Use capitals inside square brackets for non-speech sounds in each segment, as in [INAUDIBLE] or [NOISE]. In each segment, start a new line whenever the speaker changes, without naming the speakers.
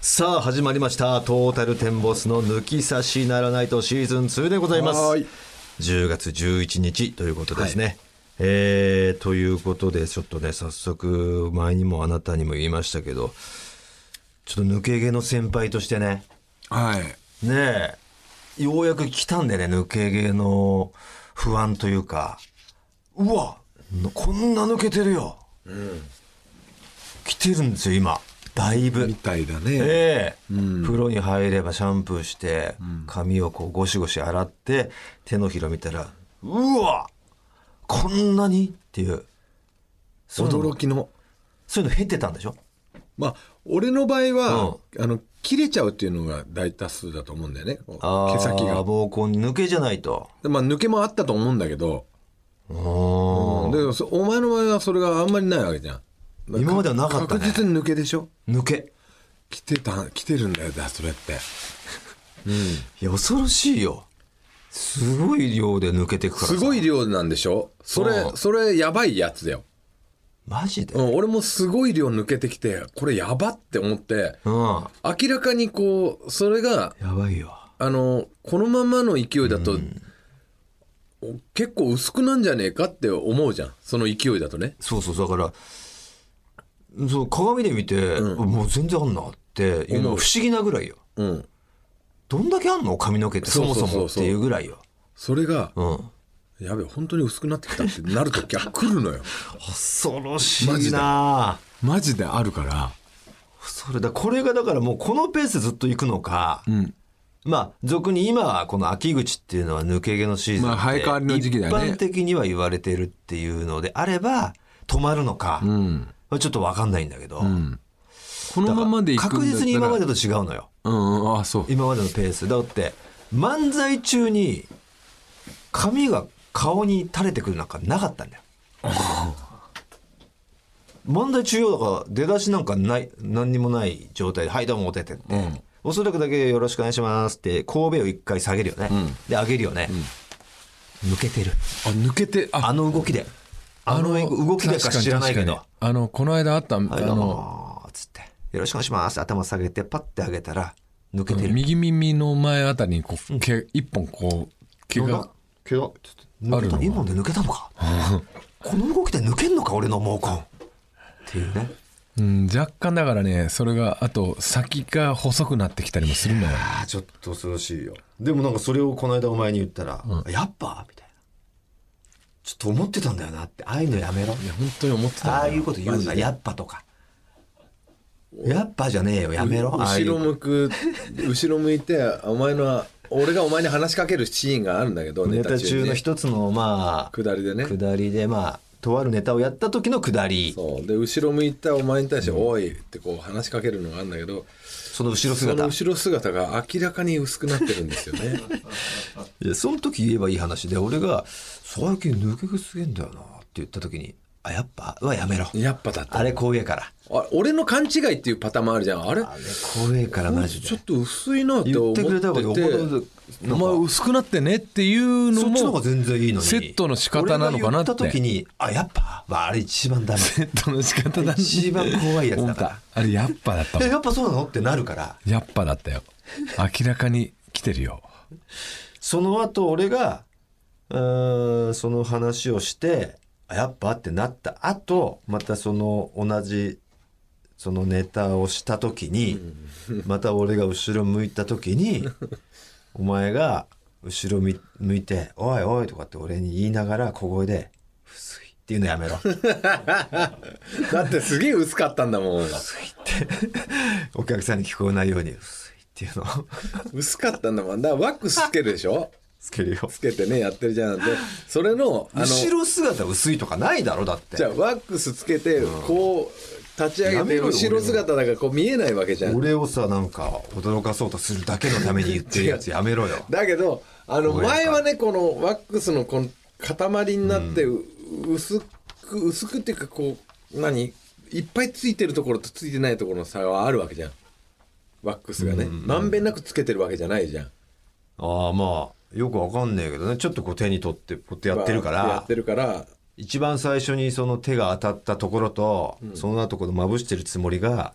さあ始まりましたトータルテンボスの抜き差しならないとシーズン2でございます
はーい
10月11日ということですね、えーということでちょっとね早速前にもあなたにも言いましたけどちょっと抜け毛の先輩としてね
はい。
ねえようやく来たんでね抜け毛の不安というかうわこんな抜けてるよ、来てるんですよ今だいぶ
みたいだね。
ええ風呂に入ればシャンプーして、髪をこうゴシゴシ洗って手のひら見たらうわこんなにっていうそういうの
驚きの。
そういうの減ってたんでしょ
まあ、俺の場合は、あの、切れちゃうっていうのが大多数だと思うんだよね。こう
あー
毛先が。
膀胱抜けじゃないと
でまあ、抜けもあったと思うんだけど、
うーん
でもそお前の場合はそれがあんまりないわけじゃん。
今まではなかったね
確実に抜けでしょ
抜け
来てた、来てるんだよ、だそれって。
いや恐ろしいよすごい量で抜けてくからさ
すごい量なんでしょそれ
う、ん
それやばいやつだよ。
マジで
うん、俺もすごい量抜けてきて、これやばって思って、
うん
明らかにこう、それが
やばいよ
あのこのままの勢いだと、お結構薄くなんじゃねえかって思うじゃんその勢いだとね
そうそう、だから、そう、鏡で見て、もう全然あんなっていうの
思
は
う
不思議なぐらいよ。
うん
どんだけあんの髪の毛ってそもそ
そうそ
も
う
っ
そうそ
て
う
いうぐらいよ。
それが、
うん。
やべえ本当に薄くなってきたってなる [LAUGHS] ときは来るのよ
恐ろし
マ
い
ジで
な
マジであるから
それだ、これがだからもうこのペースでずっと行くのか、
ん
まあ、俗に今はこの秋口っていうのは抜け毛のシーズンって、
まあ生え変わりの時期だよね
一般的には言われてるっていうのであれば、止まるのか、
うん
ちょっとわかんないんだけど、
このままでいくんだったら
確実に今までと違うのよ。
うんうんあそう
今までのペースだって漫才中に髪が顔に垂れてくるなんかなかったんだよ漫才中よだから出だしなんかない何にもない状態で「はいどうもおてて」って、
うん
おそらくだけよろしくお願いします」って神戸を一回下げるよね、
ん
で上げるよね、抜けてる
あ抜けてあ
あの動きであの動きでか知らないけど
確かに確かにあのこの間あった、
「は
あ
いどう
の
も」つって「よろしくお願いします」頭下げてパッて上げたら抜けてる、
右耳の前あたりにこう毛一本こう毛が
毛がちょっと
あるの
2本で抜けたの [LAUGHS] かこの動きで抜けんのか俺の毛根っていうね
うん、若干だからねそれがあと先が細くなってきたりもするのよ
ああちょっと恐ろしいよでもなんかそれをこの間お前に言ったら「やっぱ?」みたいな「ちょっと思ってたんだよな」ってああいうのやめろ
いや本当に思ってた
ああいうこと言うな「やっぱ」とか「やっぱ」じゃねえよやめろああ
後
いう
ろ向く後ろ向いてお前の俺がお前に話しかけるシーンがあるんだけど
ネタ中
に
の
ね
一つのまあ
下りでね
下りでまあとあるネタをやった時の下り
そうで後ろ向いたお前に対して「おい」ってこう話しかけるのがあるんだけど
その後ろ
その
姿
後ろ姿が明らかに薄くなってるんですよね
[LAUGHS] でその時言えばいい話で俺が「最近抜け毛すげえんだよな」って言った時に「あやっぱはやめろ
やっぱだった
あれ怖えから
あ俺の勘違いっていうパターンもあるじゃんあれ
あれ怖えからマジで
ちょっと薄いなって思って
言ってくれた方がよほど
お前薄くなってねっていうの
そっ
も
ちの方が
[LAUGHS]
全然いいのに
セットの仕方なのかなって
俺が言った時に「あやっぱ」はあれ一番ダメ
セットの仕方だね
一番怖いやつだから
本当あれやっぱだったも
え
[LAUGHS] ん
やっぱそうなのってなるから
やっぱだったよ明らかに来てるよ
その後俺がうーんその話をしてあやっぱってなった後またその同じそのネタをした時にまた俺が後ろ向いた時にお前が後ろみ向いて「おいおい」とかって俺に言いながら小声で「薄い」っていうのやめろ薄いっ
だってすげえ薄かったんだもん
てお客さんに聞こえないように「薄い」っていうのを [LAUGHS]
薄かったんだもんだからワックスつけるでしょ
つけるよ
つけてねやってるじゃんでそれのあの
後ろ姿薄いとかないだろだって
じゃあワックスつけてこう立ち上
やめ
げて
ろよ
後ろ姿だからこう見えないわけじゃん
俺をさなんか驚かそうとするだけのために言ってるやつやめろよ
だけどあの
俺なんか
前はねこのワックスのこの塊になってう薄く薄くっていうかこう何いっぱいついてるところとついてないところの差はあるわけじゃんワックスがねまんべんなくつけてるわけじゃないじゃん
[LAUGHS] ああまあよくわかんねえけどねちょっとこう手に取ってこうやってやってるか
や
ら
ってるから
一番最初にその手が当たったところと、その後このまぶしてるつもりが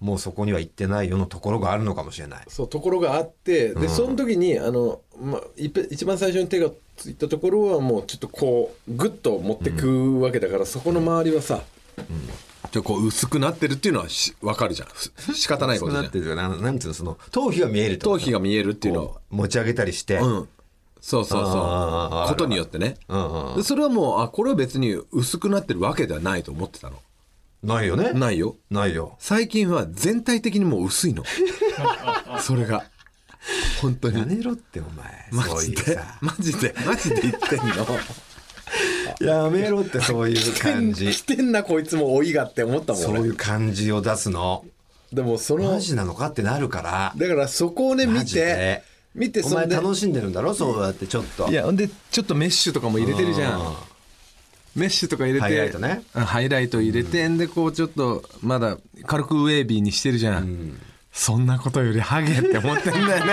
もうそこには行ってないよのところがあるのかもしれない。
そうところがあってでその時にあの、まあ、いっぺ一番最初に手がついたところはもうちょっとこうグッと持ってくわけだから、そこの周りはさ、ちょっとこう薄くなってるっていうのはし分かるじゃんふ仕方ない
そ
こ
う
とじゃ
なっ
ん
てるから、なんつうの、その、頭皮が見えるってこ
頭
と
皮が見えるっていうのは
こう持ち上げたりして。
うん、そうそう
あーあーあ
そ
ー
うことによってね
うんうん
でそれはもうあこれは別に薄くなってるわけではないと思ってたの
ないよね。い。
ないよ
ないよ。
最近は全体的にもう薄
[LAUGHS]
いのそれが本当
や
に
めろって、お前。
マ
そうい
ジ
う
で
さ。
マジでマジで言ってんの
やめろって、そういう感 [LAUGHS] じ。
[LAUGHS] 来てんなこいつも老いがって思ったもん
そう
俺
いう感じを出すの。
でもその
マジなのかってなるから。
だからそこをね見
マジで
て見て
お
そ
前
んで
楽しんでるんだろそうやってちょっと。
いやほんでちょっとメッシュとかも入れてるじゃ
うん
んメッシュとか入れて
ハイライトね
うんハイライト入れて、ん、でこうちょっとまだ軽くウェービーにしてるじゃん、そんなことよりハゲって思ってんだ
[LAUGHS]
よね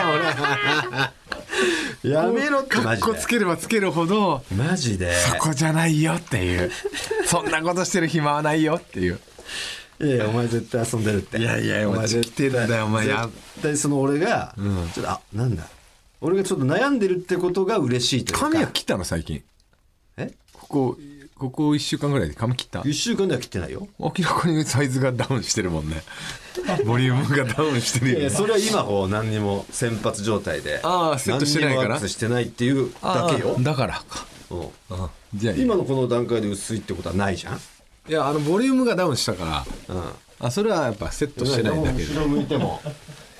や
俺
めろって
か
マ
っ
ジ
こつ
で。
ければつけるほど
マジで。
そこじゃないよって
[LAUGHS]
いうそんなことしてる暇はないよっていう
いやいやお前絶対遊んでるって。
いやいやお前
絶対
来てんだよお前や
絶対その俺が、ちょっとあなんだ。俺がちょっと悩んでるってことが嬉しいというか。
髪は切ったの最近
え
ここここ1週間ぐらいで髪切った
一週間では切ってないよ。
明らかにサイズがダウンしてる
[LAUGHS]
もんねボリュームがダウンして
い
るよ
やい
ね
やそれは今こう何にも先発状態で。
あーセットしてないか
何
ら
にもアップしてないっていうだけよ
あー。だからか
うん
あじゃあいい
今のこの段階で薄いってことはないじゃん。
いやあのボリュームがダウンしたから
うん。
あそれはやっぱセットしてないだけで
後ろ向いても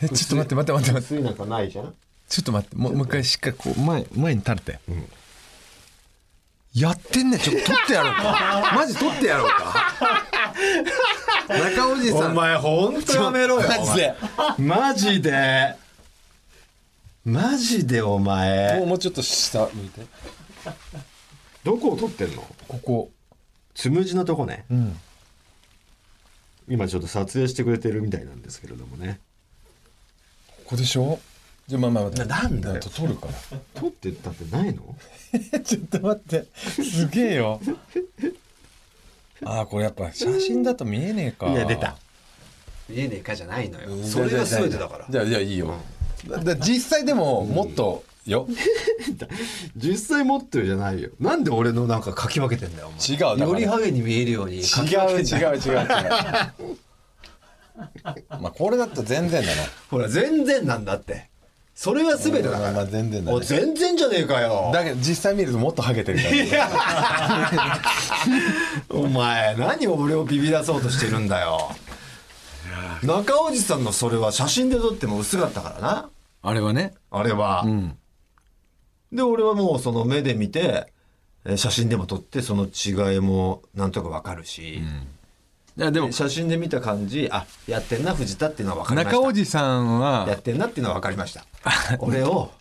えちょっと待って待って待って待って
薄いなんかないじゃん。
ちょっと待ってもうもう一回しっかりこう前前に立って、やってんねちょっと取ってやろうか [LAUGHS] マジ取ってやろうか中おじ
お
さん
前ほんとやめろよ
マジで
お前マジでマジでお
もう
前
もうちょっと下向いて
どこを撮ってんの
ここ
つむじのとこね
うん
今ちょっと撮影してくれてるみたいなんですけれどもね
ここでしょじゃあまあまあ
ななんだよ
あと取るから [LAUGHS]
撮ってったってないの
ちょっと待って。すげえよ。ああ、これやっぱ写真だと見えねえか。
いや出た見えねえかじゃないのよ
うん。
それが全てだから
じゃあ、じゃあいいよ。だだ実際でも、もっと、よ。
実際持ってるじゃないよなんで俺のなんかかき分けてんだよ
違うだ
お
か
前
ら
よりハゲに見えるように
違
かき分
う、違う、違う、
けてんだよ
違う。 [LAUGHS] まあ、これだと全然だ [LAUGHS] な。
ほら全然なんだってそれが全てだか
まあまあ
ら
全然だ
お
ね。
全然じゃねえかよ
だけど、実際見るともっとハゲてるからね、
お前何俺をビビらそうとしてるんだよ中おじさんのそれは写真で撮っても薄かったからな
[LAUGHS] あれはね。
あれは、
ん
で俺はもうその目で見てえー写真でも撮ってその違いもなんとかわかるし、
いや、でも、
写真で見た感じあやってんな藤田っていうのは分かりました
中おじさん
や
は
っ、てんなっていうのは分かりました
[LAUGHS]
俺を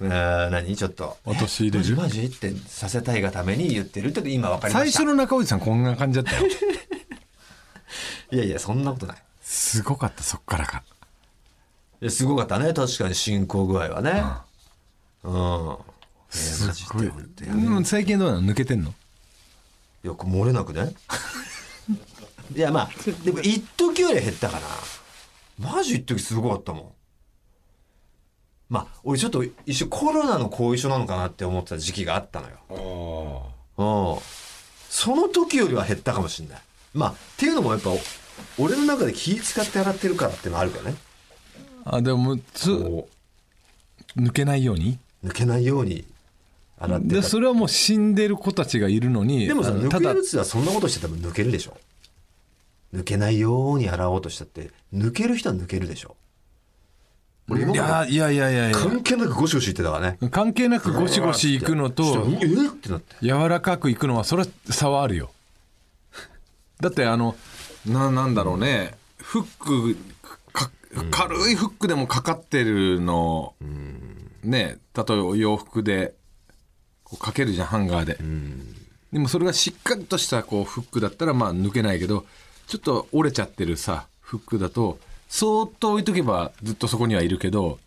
えー何ちょっと
陥れ
マ
る
ジマジってさせたいがために言ってるってこと今分かりま
最
した
初の中おじさんこんな感じだったよ。
いやいやそんなことない
すごかった、そっからか。
いやすごかったね確かに進行具合はねうん、
すっごい。
マジで
でも最近どうなの抜けてんの
よく漏れなくね [LAUGHS] いやまあでも一時より減ったかなマジ一時すごかったもんまあ俺ちょっと一瞬コロナの後遺症なのかなって思ってた時期があったのようんその時よりは減ったかもしんないまあっていうのもやっぱ俺の中で気使って洗ってるからってのあるからね
あでもつ
こ
抜けないように
う抜けないように洗ってた
でそれはもう死んでる子たちがいるのに
でもさ、
あの
抜
た
け
だ
るっつうのはそんなことしてたら抜けるでしょ。抜けないように洗おうとしたって、抜ける人は抜けるでしょ。俺今
い
ま
や
で
いやいやいやい
関係なくゴシゴシ言ってたからね。
や関係なくゴシゴシ行くの
そ
と
したらえっってなって。
柔らかく行くのはそれは差はあるよだってあのななんだろうねフックか軽いフックでもかかってるのね例えばお洋服でこうかけるじゃんハンガーででもそれがしっかりとしたこうフックだったらまあ抜けないけどちょっと折れちゃってるさフックだとそーっと置いとけばずっとそこにはいるけど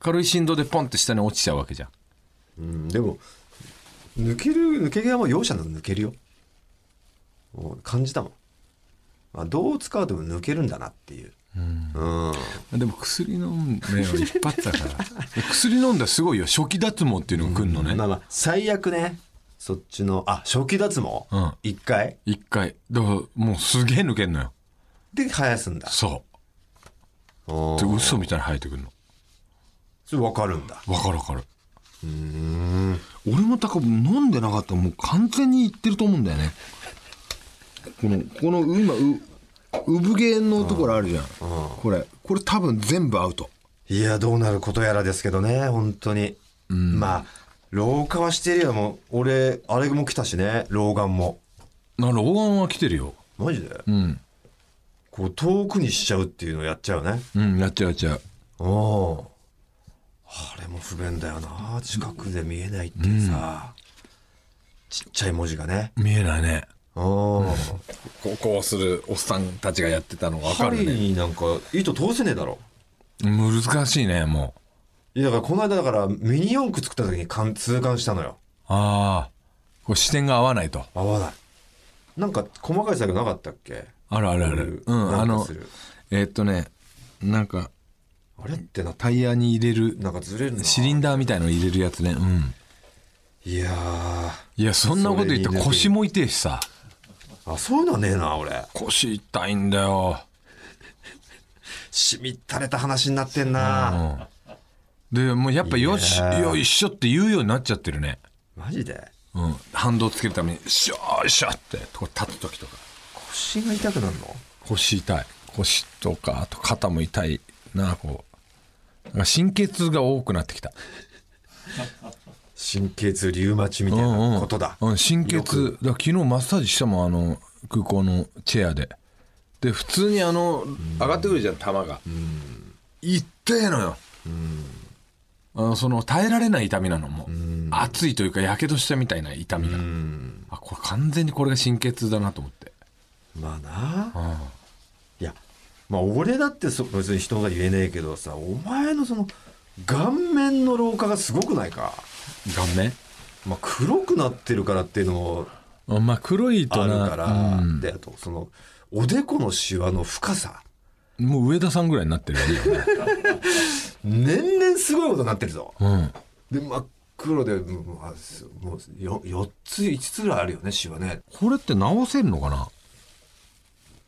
軽い振動でポンって下に落ちちゃうわけじゃん
うん、でも、抜ける、抜け毛はもう容赦なく抜けるよ。もう感じたもん。まあ、どう使うでも抜けるんだなっていう。うん
でも薬飲んでよ一発だから [LAUGHS] 薬飲んだらすごいよ初期脱毛っていうのが来るのね、
まあまあ最悪ねそっちのあ初期脱毛
うん
一、回
一回だからもうすげえ抜けんのよ
で生やすんだ
そ
お
う
ー
で嘘みたいに生えてくるの
それ分かるんだ
わかるわかる俺もだから飲んでなかったらもう完全にいってると思うんだよねこのこの今う産毛のところあるじゃんこれこれ多分全部アウト
いやどうなることやらですけどね本当に、まあ老化はしてるよもう俺あれも来たしね老眼も
な老眼は来てるよ
マジで
うん
こう遠くにしちゃうっていうのやっちゃうね
うんやっちゃうやっちゃう
おんあれも不便だよな近くで見えないってさ、ちっちゃい文字がね
見えないね
おん
こうこうするおっさんたちがやってたのが分か
針
るね
になんか糸通せねえだろ
難しいねもう
いやだからこの間だからミニ四駆作った時に感痛感したのよ
ああこれ視点が合わないと
合わないなんか細かい作業なかったっけ
あるあるあるうんあ
なんか
の
する
えーっとねなんか
あれってな
タイヤに入れる
なんかずれるな
シリンダーみたいの入れるやつねうん
いやー
いやそんなこと言った
それに
ら
ね
腰も痛いしさ
あそういうのはねえな俺
腰痛いんだよ
しみったれた話になってんな
でもうやっぱよし
いやー
よいしょって言うようになっちゃってるね
マジで
うん反動つけるためにしょーしょってこう立つ時とか
腰が痛くなるの
腰痛い腰とかあと肩も痛いなこうなんか神経痛が多くなってきた
神経痛リウマチみたいなことだ、
うんうん、神経痛だから昨日マッサージしたもんあの空港のチェアでで普通にあの
上がってくるじゃん球が
痛えのよ、あのその耐えられない痛みなのもう、熱いというかやけどしたみたいな痛みが、あこれ完全にこれが神経痛だなと思って
まあな
うん
いやまあ俺だってそ別に人が言えねえけどさお前のその顔面の老化がすごくないか、
顔面
まあ、黒くなってるからっていうのも
あまあ黒いと
ある
な
から、
うん
であとそのおでこのシワの深さ
もう上田さんぐらいになってるよね、
年々すごいことになってるぞ
うん、
で真っ黒でもうあすもうよ4つ5つぐらいあるよねシワね
これって治せるのかな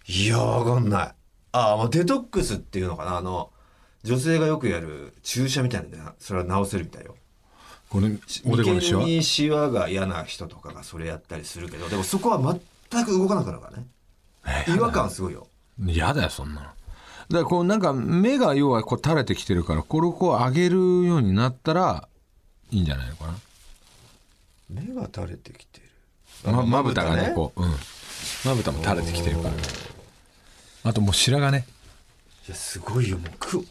い
やーわかんないああまあデトックスっていうのかなあの女性がよくやる注射みたいなのねそれは直せるみたいよ
これおでこのシワ
眉間にシワが嫌な人とかがそれやったりするけどでもそこは全く動かなくなるからね違和感すごいよ
嫌だよそんなのだからこうなんか目が要はこう垂れてきてるからこれをこう上げるようになったらいいんじゃないのか
目が垂れてきてる
なままぶたがねこううんまぶたも垂れてきてるからあともう白髪ね
いやすごいよもうく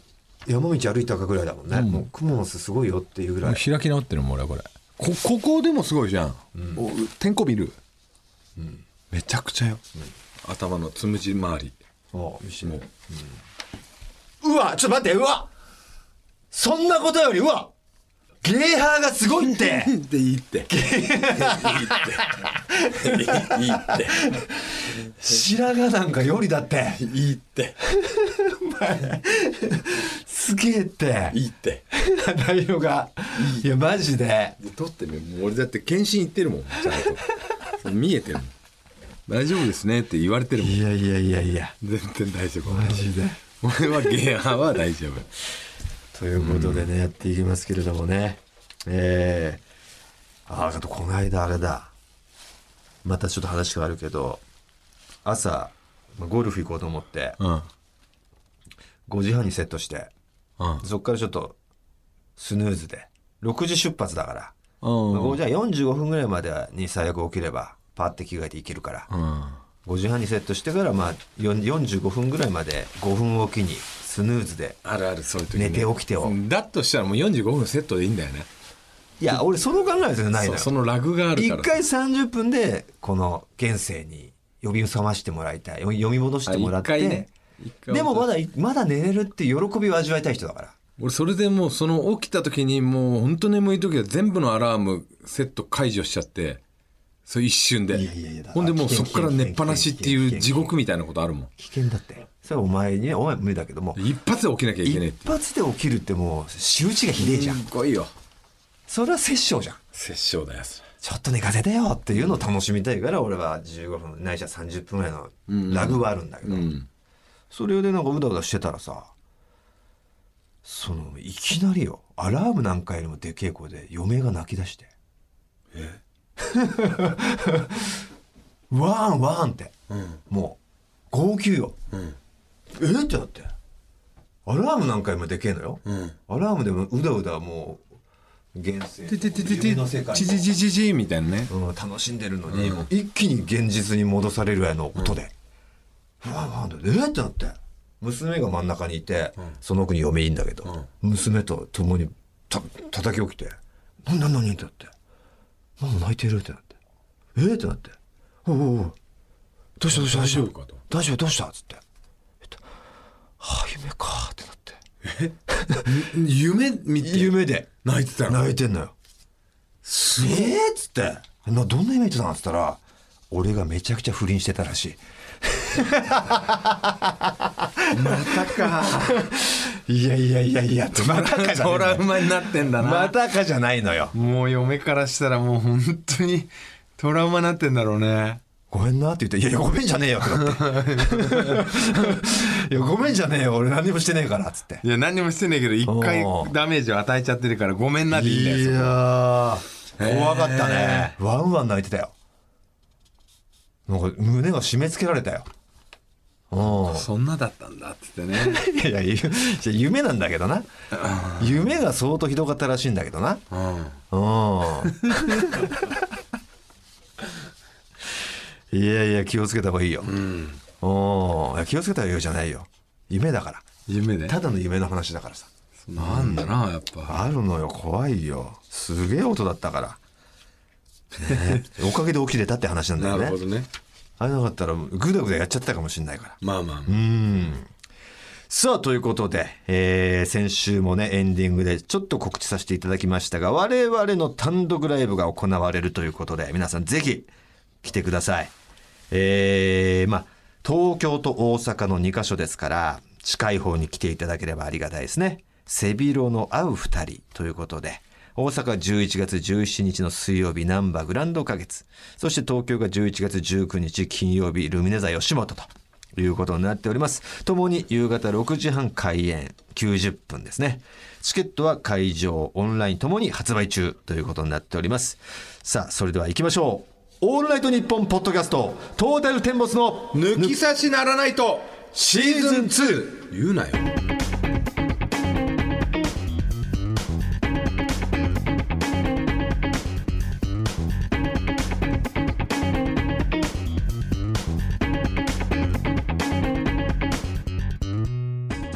山道歩いたかぐらいだもんね、もうクモの巣すごいよっていうぐら
もう
い
開き直ってるもん俺はこれこここでもすごいじゃん、お天候見る、めちゃくちゃよ、
頭のつむじ周
[LAUGHS]
り
ああ見せてみるうんうわちょっと待ってうわそんなことよりうわゲーハーがすごい [LAUGHS] って
でいいっ
[LAUGHS]
ていいっていいって
白髪なんかよりだって
いいって
すげえって
いいって
[LAUGHS] 内容がいやマジで
で撮ってみようもう俺だって検診行ってるもんちゃんと見えてるもん大丈夫ですねって言われてるもん
いやいやいやいや
全然大丈夫
マジで
俺はゲアは大丈夫
ということでね、やっていきますけれどもねえー、あああとこの間あれだまたちょっと話があるけど朝まあゴルフ行こうと思って
うん
5時半にセットして
うん
そっからちょっとスヌーズで6時出発だから、
うん
まあ5時半45分ぐらいまでに最悪起きればパッて着替えていけるから、
うん
5時半にセットしてからまあよん45分ぐらいまで5分おきにスヌーズで
あるあるそういう時ね
寝て起きてを、
だとしたらもう45分セットでいいんだよね
いや俺その考えは全然ないの
そう
よ
そのラグがあるか
一
ら
回30分でこの現世に呼び覚ましてもらいたい読み読み戻してもらっ
あ一
て、
回ね一回
でもまだまだ寝れるっていう喜びを味わいたい人だから
俺それでもうその起きた時にもう本当眠い時は全部のアラームセット解除しちゃってそう一瞬で
いやいやいや
ほんでもうそこから寝っぱなしっていう地獄みたいなことあるもん
危険だってそれはお前にねお前は無理だけども
一発で起きなきゃいけないって
一発で起きるってもう仕打ちがひでえじゃん、
すごいよ
それは殺生じゃん
殺生だよそれ
ちょっと寝かせてよっていうのを楽しみたいから俺は15分ないしは30分ぐらいのラグはあるんだけど、
うん
それでなんかうだうだしてたらさそのいきなりよアラームなんかよりもでけえ声で嫁が泣き出してえ [LAUGHS] ワーンワーンって、もう号泣よ、えーってなってアラームなんかよりもでけえのよ、
ん
アラームでもうだうだもう現世
てててて
夢の世界
てちちちちちみたいなね
うん、楽しんでるのに、もう一気に現実に戻されるぐらいの音で、うわなんだえーってなって娘が真ん中にいて、その奥に嫁いいんだけど、娘と共にた叩き起きて「何何何?」ってなって「ママ泣いてる」ってなって「えーってなって「おうおうおうどうしたどうしたどうした
大丈夫かと
大丈夫どうした?」っつって「えっとはあ夢か」ってなって
[LAUGHS] 夢見て
夢で
泣いてたの
泣いてんのよ
す
えーっつってなどんな夢見てたのっつったら俺がめちゃくちゃ不倫してたら [LAUGHS] し
またか
いいやいやいやいやって [LAUGHS] またかじゃねえ
[LAUGHS] ト
んだ
ラ
よ
ウマになってんだな
またかじゃないのよ
もう嫁からしたらもう本当に [LAUGHS] トラウマになってんだろうね
ごめんなって言って「いやいやごめんじゃねえよ」ってなって [LAUGHS] いやごめんじゃねえよ俺何もしてねえから」っつって
いや何にもしてねえけど一回
うん
ダメージを与えちゃってるからごめんなっていいんだ
い
よ
やー怖かったね、ワンワン泣いてたよなんか胸が締め付けられたようん
そんなだったんだって言って
[LAUGHS]
ね
いやいやゆ夢なんだけどな夢が相当ひどかったらしいんだけどな
[LAUGHS] うん
うん。いやいや、気をつけた方がいいよ。うん。いや気をつけた方がいいよじゃないよ。夢だから。
夢で
ただの夢の話だからさ。
なんだなやっぱ
あるのよ、怖いよ。すげえ音だったから。ねえおかげで起きれたって話なんだよね。
ね
あれなかったら、ぐだぐだやっちゃったかもしれないから。
まあまあ
うん。さあ、ということで、えー先週もね、エンディングでちょっと告知させていただきましたが、我々の単独ライブが行われるということで、皆さんぜひ来てください。えーまあ、東京と大阪の2カ所ですから、近い方に来ていただければありがたいですね。背広の合う二人ということで、大阪11月17日の水曜日、ナンバーグランド花月。そして東京が11月19日金曜日、ルミネ座吉本と。いうことになっております。ともに夕方6時半開演、90分ですね。チケットは会場、オンラインともに発売中ということになっております。さあ、それでは行きましょう。オールナイトニッポンポッドキャスト、トータルテンボスの
抜き差しならないと
シーズン 2!
言うなよ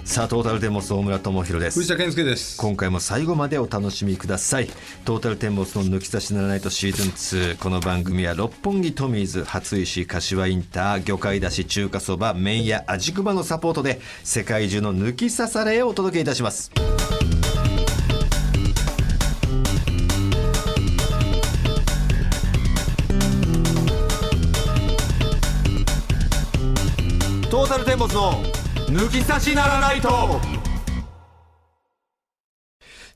さあ、トータルテンボス大村智弘です
藤。田健介です
今回も最後までお楽しみくださいトータルテンボスの抜き差しならないとシーズン2この番組は六本木トミーズ初石柏インター魚介だし中華そば麺や味熊のサポートで世界中の抜き差されをお届けいたしますトータルテンボスの抜き差しならないと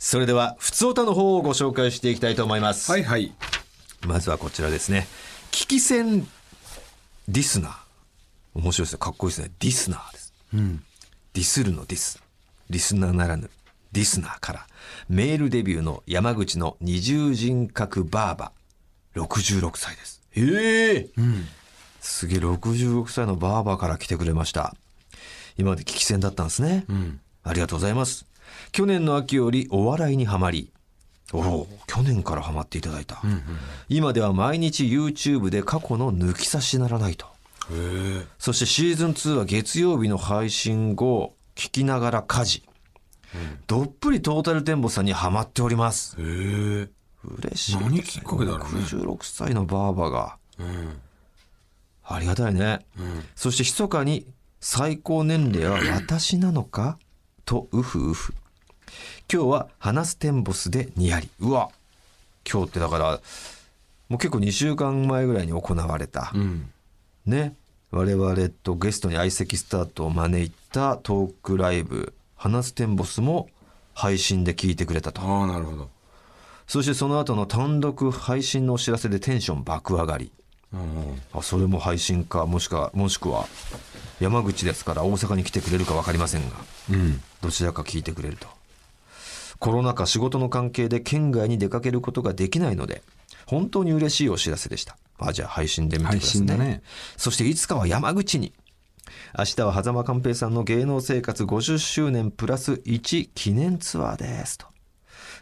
それでは、ふつおたの方をご紹介していきたいと思います。
はいはい
まずはこちらですね。危機戦ディスナー。面白いですね。かっこいいですね。ディスナーです。ディスるのディス。リスナーならぬ、ディスナーから。メールデビューの山口の二重人格バーバ。66歳です。ええすげえ、66歳のバーバから来てくれました。今まで危機戦だったんですね。ありがとうございます。去年の秋よりお笑いにはまり、おお、去年からハマっていただいた。今では毎日 YouTube で過去の抜き差しならないと。そしてシーズン2は月曜日の配信後、聞きながら家事。どっぷりトータルテンボさんにはまっております。
へえ
嬉しい。
何きっかけだろうね
66歳のバーバが。
うん
ありがたいね。そして密かに最高年齢は私なのかとうふうふ。今日は話すテンボスでニヤリ。うわ今日ってだから、もう結構2週間前ぐらいに行われた、
ん
ね我々とゲストに相席スタートを招いたトークライブ「話すテンボス」も配信で聞いてくれたと
ああなるほど
そしてその後の単独配信のお知らせでテンション爆上がり
うん
あそれも配信かもしくはもしくは山口ですから大阪に来てくれるか分かりませんが
うん
どちらか聞いてくれるとコロナ禍仕事の関係で県外に出かけることができないので本当に嬉しいお知らせでしたあじゃあ配信で見てくだ
配
さい
信
ね
だね
そしていつかは山口に明日は狭間寛平さんの芸能生活50周年プラス1記念ツアーですと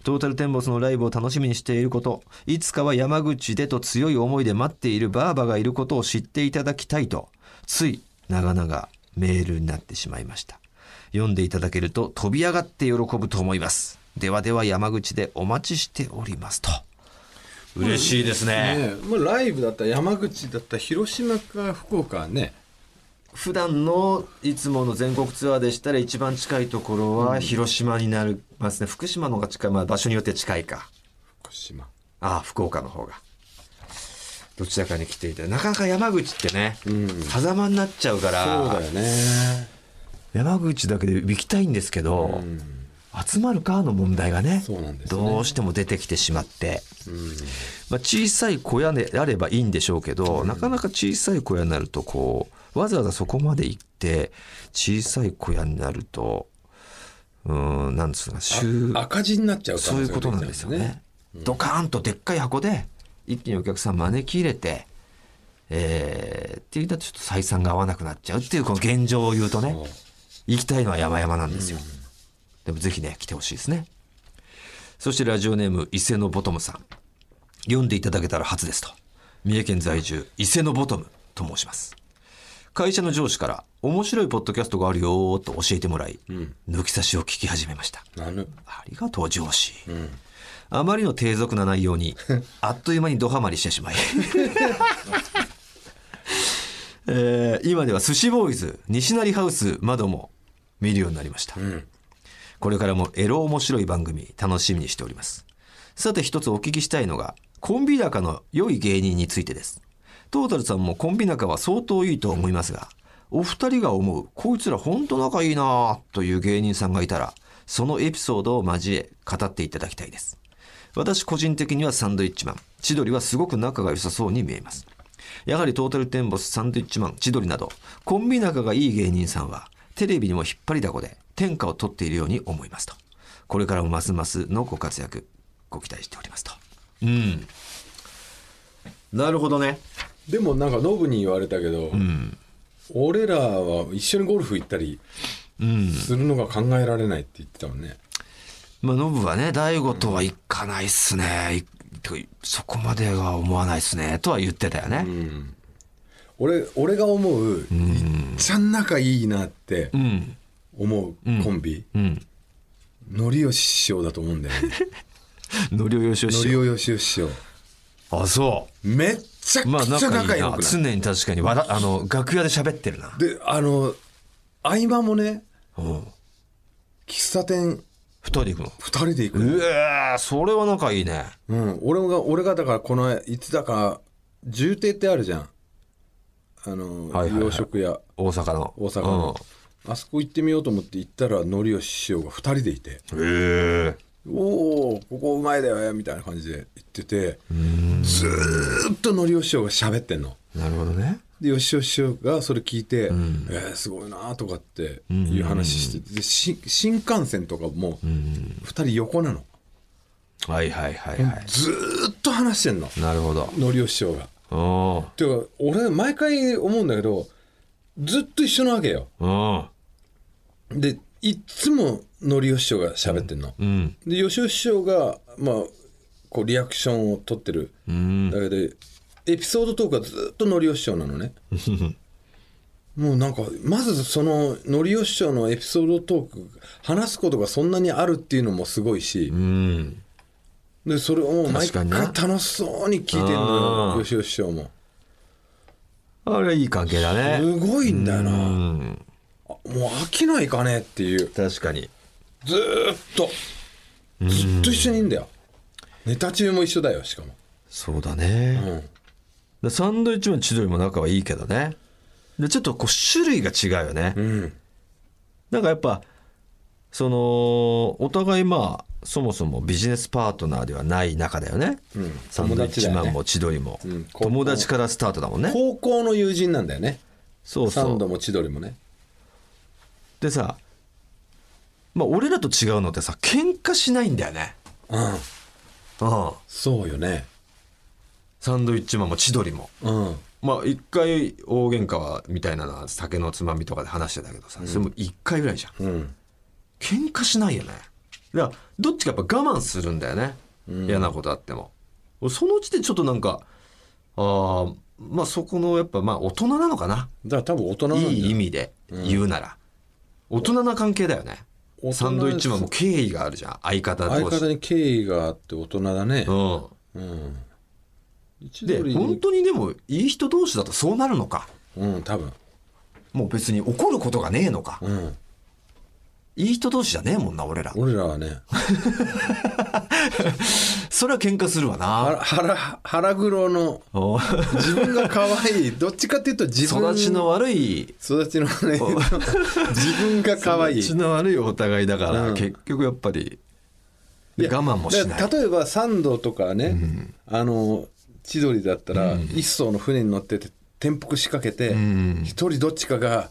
トータルテンボスのライブを楽しみにしていることいつかは山口でと強い思いで待っているバーバがいることを知っていただきたいとつい長々メールになってしまいました読んでいただけると飛び上がって喜ぶと思いますではでは山口でお待ちしておりますと嬉しいですね
ねえまあ、ライブだったら山口だったら広島か福岡はね
普段のいつもの全国ツアーでしたら一番近いところは広島になりますね、福島の方が近い、まあ、場所によって近いか
福島
ああ福岡の方がどちらかに来ていたなかなか山口ってね、狭間になっちゃうから
そうだよね
山口だけで行きたいんですけど、集まるかの問題がね
そうなんですね
どうしても出てきてしまって、
うん
まあ、小さい小屋であればいいんでしょうけど、なかなか小さい小屋になるとこうわざわざそこまで行って小さい小屋になるとうーんなんですか週
赤字になっちゃうから
そういうことなんですよね。ドカーンとでっかい箱で一気にお客さん招き入れて、えーっていうのはちょっと採算が合わなくなっちゃうっていうこの現状を言うとね
そう
行きたいのは山々なんですよ。でもぜひね来てほしいですね。そしてラジオネーム伊勢のボトムさん読んでいただけたら初ですと三重県在住伊勢のボトムと申します。会社の上司から面白いポッドキャストがあるよーと教えてもらい、抜き差しを聞き始めました。
なる
ありがとう上司、あまりの低俗な内容 [LAUGHS] にあっという間にドハマりしてしまい、 [LAUGHS] えー今では寿司ボーイズ西成ハウスなども見るようになりました、これからもエロ面白い番組楽しみにしておりますさて一つお聞きしたいのがコンビ仲の良い芸人についてですトータルさんもコンビ仲は相当いいと思いますがお二人が思うこいつらほんと仲いいなぁという芸人さんがいたらそのエピソードを交え語っていただきたいです私個人的にはサンドイッチマン千鳥はすごく仲が良さそうに見えますやはりトータルテンボスサンドイッチマン千鳥などコンビ仲がいい芸人さんはテレビにも引っ張りだこで天下を取っているように思いますとこれからもますますのご活躍ご期待しておりますとうんなるほどね
でもなんかノブに言われたけど、俺らは一緒にゴルフ行ったりするのが考えられないって言ってたもんね、
まあノブはね大悟とは行かないっすね、いてかそこまでは思わないっすねとは言ってたよね
俺俺が思う、いっちゃん仲いいなって
うん
思うコンビ、
うん
のりよし師匠だと思うんだよね
ノリオヨシオ
の
師
り
匠
およしよし師匠
あそう
めっちゃ
まあ
くちゃ
仲
仲
いい
良
な
くない、
常に確かにわらあの楽屋で喋ってるな、
であの合間もね
うん、
喫茶店
二人行くの
2人で行くの
うえーそれは仲いいね
うん、俺が俺がだからこのいつだか重低ってあるじゃんあの、
はいはいはい
洋食屋
大阪の
大阪の、あそこ行ってみようと思って行ったらのりお師匠が2人でいて
うん、へえ
「おおここうまいだよ」みたいな感じで行っててずーっとのりお師匠が喋ってんの。
なるほどね
でよしお師匠がそれ聞いて「えーすごいな」とかっていう話して、でし新幹線とかも2人横なの
はいはいはいはい、
ずーっと話してんの
なるほど
のりお師匠が。
うん
ていうか俺毎回思うんだけどずっと一緒なわけよ
うん
でいっつものりお師匠が喋ってんの、
うん
でよしお師匠がまあこうリアクションを取ってる
うん
だけで、エピソードトークはずっとのりお師匠な
[LAUGHS]
のねもうなんかまずそののりお師匠のエピソードトーク話すことがそんなにあるっていうのもすごいし、
うん
でそれをもう毎
確か
回
にな
楽しそうに聞いてん
う
の
ん
よよしお師匠も
あれいい関係だね
すごいんだよな、
うん
もう飽きないかねっていう
確かに
ずーっとずっと一緒にいんだよネタ中も一緒だよしかも
そうだね、だからサンドイッチマン千鳥も仲はいいけどねでちょっとこう種類が違うよね、
うん
なんかやっぱそのお互いまあそもそもビジネスパートナーではない中だよね、サンドイッチマンも千鳥も、
うん
友達からスタートだもんね
高校の友人なんだよね
そう
サ
そ
ンド
う
も千鳥もね
でさまあ俺らと違うのってさ喧嘩しないんだよね
うん
うん
そうよね
サンドイッチマンも千鳥も
うん
まあ一回大喧嘩はみたいなのは酒のつまみとかで話してたけどさ、それも一回ぐらいじゃん
うん
喧嘩しないよねだからどっちかやっぱ我慢するんだよね、嫌なことあってもそのうちでちょっとなんかあーまあそこのやっぱまあ大人なのかな
だから多分大人なんだよ
いい意味で言うなら、大人な関係だよね
大人
サンドイッチマンも敬意があるじゃん相方
相
同士
方に敬意があって大人だね
うん
うん千
で
鳥
本
に
当にでもいい人同士だとそうなるのか
うん多分
もう別に怒ることがねえのか、
うん
いい人同士じゃねえもんな俺ら
俺らはね
それ [LAUGHS] は喧嘩するわな
腹腹腹黒の
お
自分が可愛いどっちかっていうと自分
育ちの悪い [LAUGHS]
育ちのね [LAUGHS] 自分が可愛い
育ちの悪いお互いだから、
うん
結局やっぱり我
いや
慢もしな
だ
い
から例えば三度とかね、あの千鳥だったら、一艘の船に乗ってて転覆しかけて
ん
一、人どっちかが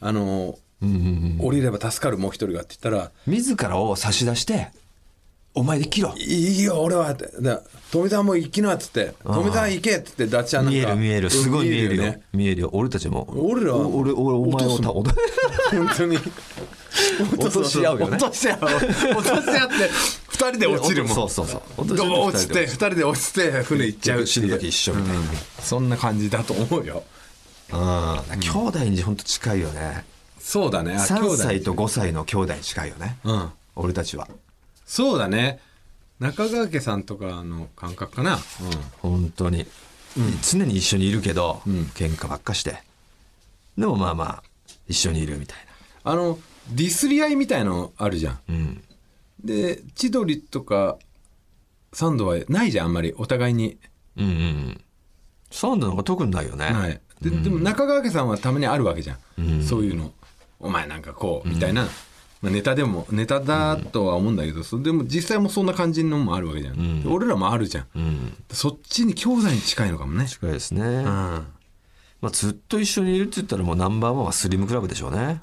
あの、
うんうんうん
降りれば助かるもう一人がって言ったら
自らを差し出して「お前できろ
「いいよ俺は」って「だ富田も行きな」っつって「富田行け」っつってダチャンなんか
見える見えるすごい見えるよ見えるよ
ね
俺たちも
俺ら
お俺俺お前を
落とす
た
も
おと
本当に
落とし合うよね
落とし合う落とし合って二人で [LAUGHS] 落ちるもん
そうそうそう落とし合
ど
う
うも落ちて二人で落ちて船行っちゃうって
死
い
ぬ
う
時一緒みたいな、
そんな感じだと思うよ
ああ兄弟に本当近いよね、
そうだねあ兄
3
弟
歳と5歳の兄弟に近いよね、
うん
俺たちは
そうだね中川家さんとかの感覚かなうん
本当に、常に一緒にいるけど、喧嘩ばっかしてでもまあまあ一緒にいるみたい
あのディスり合いみたいのあるじゃん
なうん
で千鳥とかサンドはないじゃんあんまりお互いに
うんうんうんサンドなんか特にないよね、
はいででも中川家さんはたまにあるわけじゃん、そういうのお前なんかこうみたいな、まあ、ネタでもネタだとは思うんだけど、そでも実際もそんな感じのもあるわけじゃん、で俺らもあるじゃん
うん
そっちに兄弟に近いのかもね
近いですね、
うん
ま
あ
あ、ずっと一緒にいるって言ったらもうナンバーワンはスリムクラブでしょうね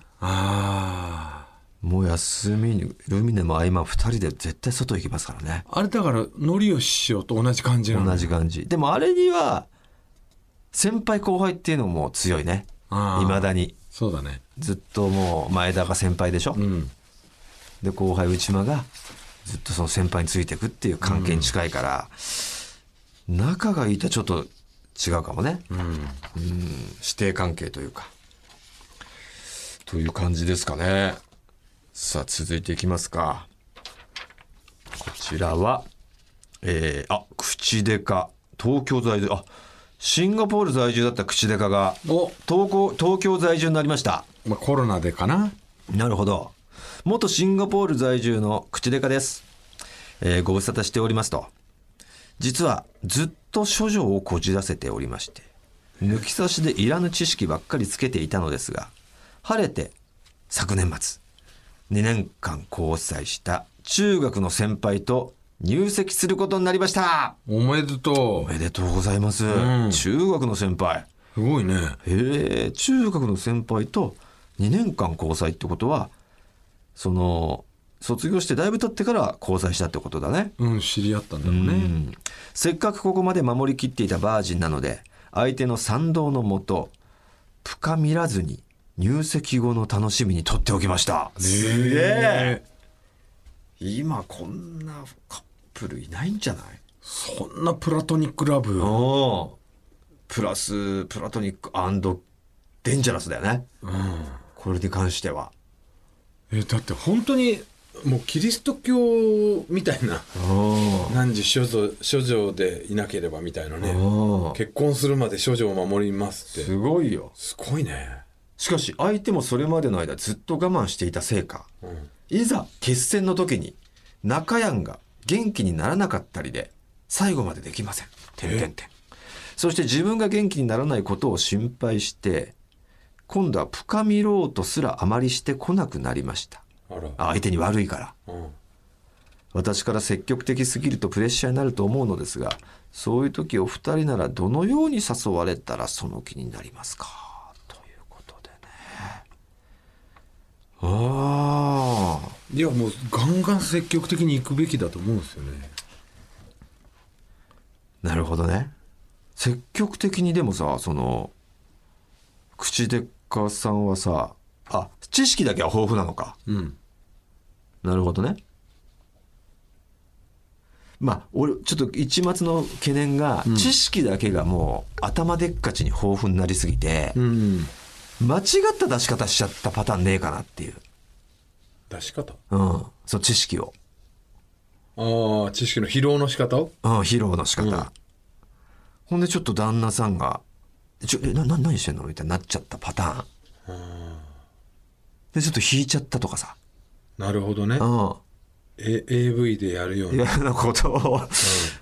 あ
もう休みにルミネも合間2人で絶対外行きますからね
あれだからのりよし師匠と同じ感じなの
同じ感じでもあれには先輩後輩っていうのも強いね
あー
いまだに
そうだね
ずっともう前田が先輩でしょ、
うん
で後輩内間がずっとその先輩についていくっていう関係に近いから、仲がいいとはちょっと違うかもね、
うん
師弟関係というかという感じですかねさあ続いていきますかこちらはえー、あ口デカ東京在住あシンガポール在住だった口デカが
お
東京東京在住になりました
まあコロナでかな
なるほど。元シンガポール在住の口デカです。えーご無沙汰しておりますと。実はずっと処女をこじらせておりまして、抜き差しでいらぬ知識ばっかりつけていたのですが、晴れて昨年末、2年間交際した中学の先輩と入籍することになりました。
おめでと
おめでとうございます。
ん
中学の先輩。
うすごいね
へえ中学の先輩と2年間交際ってことはその卒業してだいぶ経ってから交際したってことだね。
うん知り合ったんだろう
う
ね
んせっかくここまで守りきっていたバージンなので相手の賛同のもと深みらずに入籍後の楽しみにとっておきました。すげえ今こんなカップルいないんじゃない
そんなプラトニックラブ
おプラスプラトニックデンジャラスだよね、これに関しては
えだって本当にもうキリスト教みたいな何時処女処女でいなければみたいなね結婚するまで処女を守りますって
すごいよ
すごいね
しかし相手もそれまでの間ずっと我慢していたせいか、いざ決戦の時に中やんが元気にならなかったりで最後までできません。てんてんてん。そして自分が元気にならないことを心配して、今度は深みろうとすらあまりしてこなくなりました。
あら
あ相手に悪いから。
うん
私から積極的すぎるとプレッシャーになると思うのですがそういう時お二人ならどのように誘われたらその気になりますかということでねああ
いやもうガンガン積極的に行くべきだと思うんですよね
なるほどね積極的にでもさその口でかさんはさあ知識だけは豊富なのか
うん
なるほどね。まあ、俺、ちょっと一末の懸念が、知識だけがもう頭でっかちに豊富になりすぎて、
うん
間違った出し方しちゃったパターンねえかなっていう。
出し方
うん。その知識を。
ああ知識の疲労の仕方を
うん、披露の仕方。
うん
ほんでちょっと旦那さんが、ちょ、え、な、な、何してんのみたいになっちゃったパターン。で、ちょっと引いちゃったとかさ。
なるほどね
うん。
え AV でやるよう
いや
な
なことを、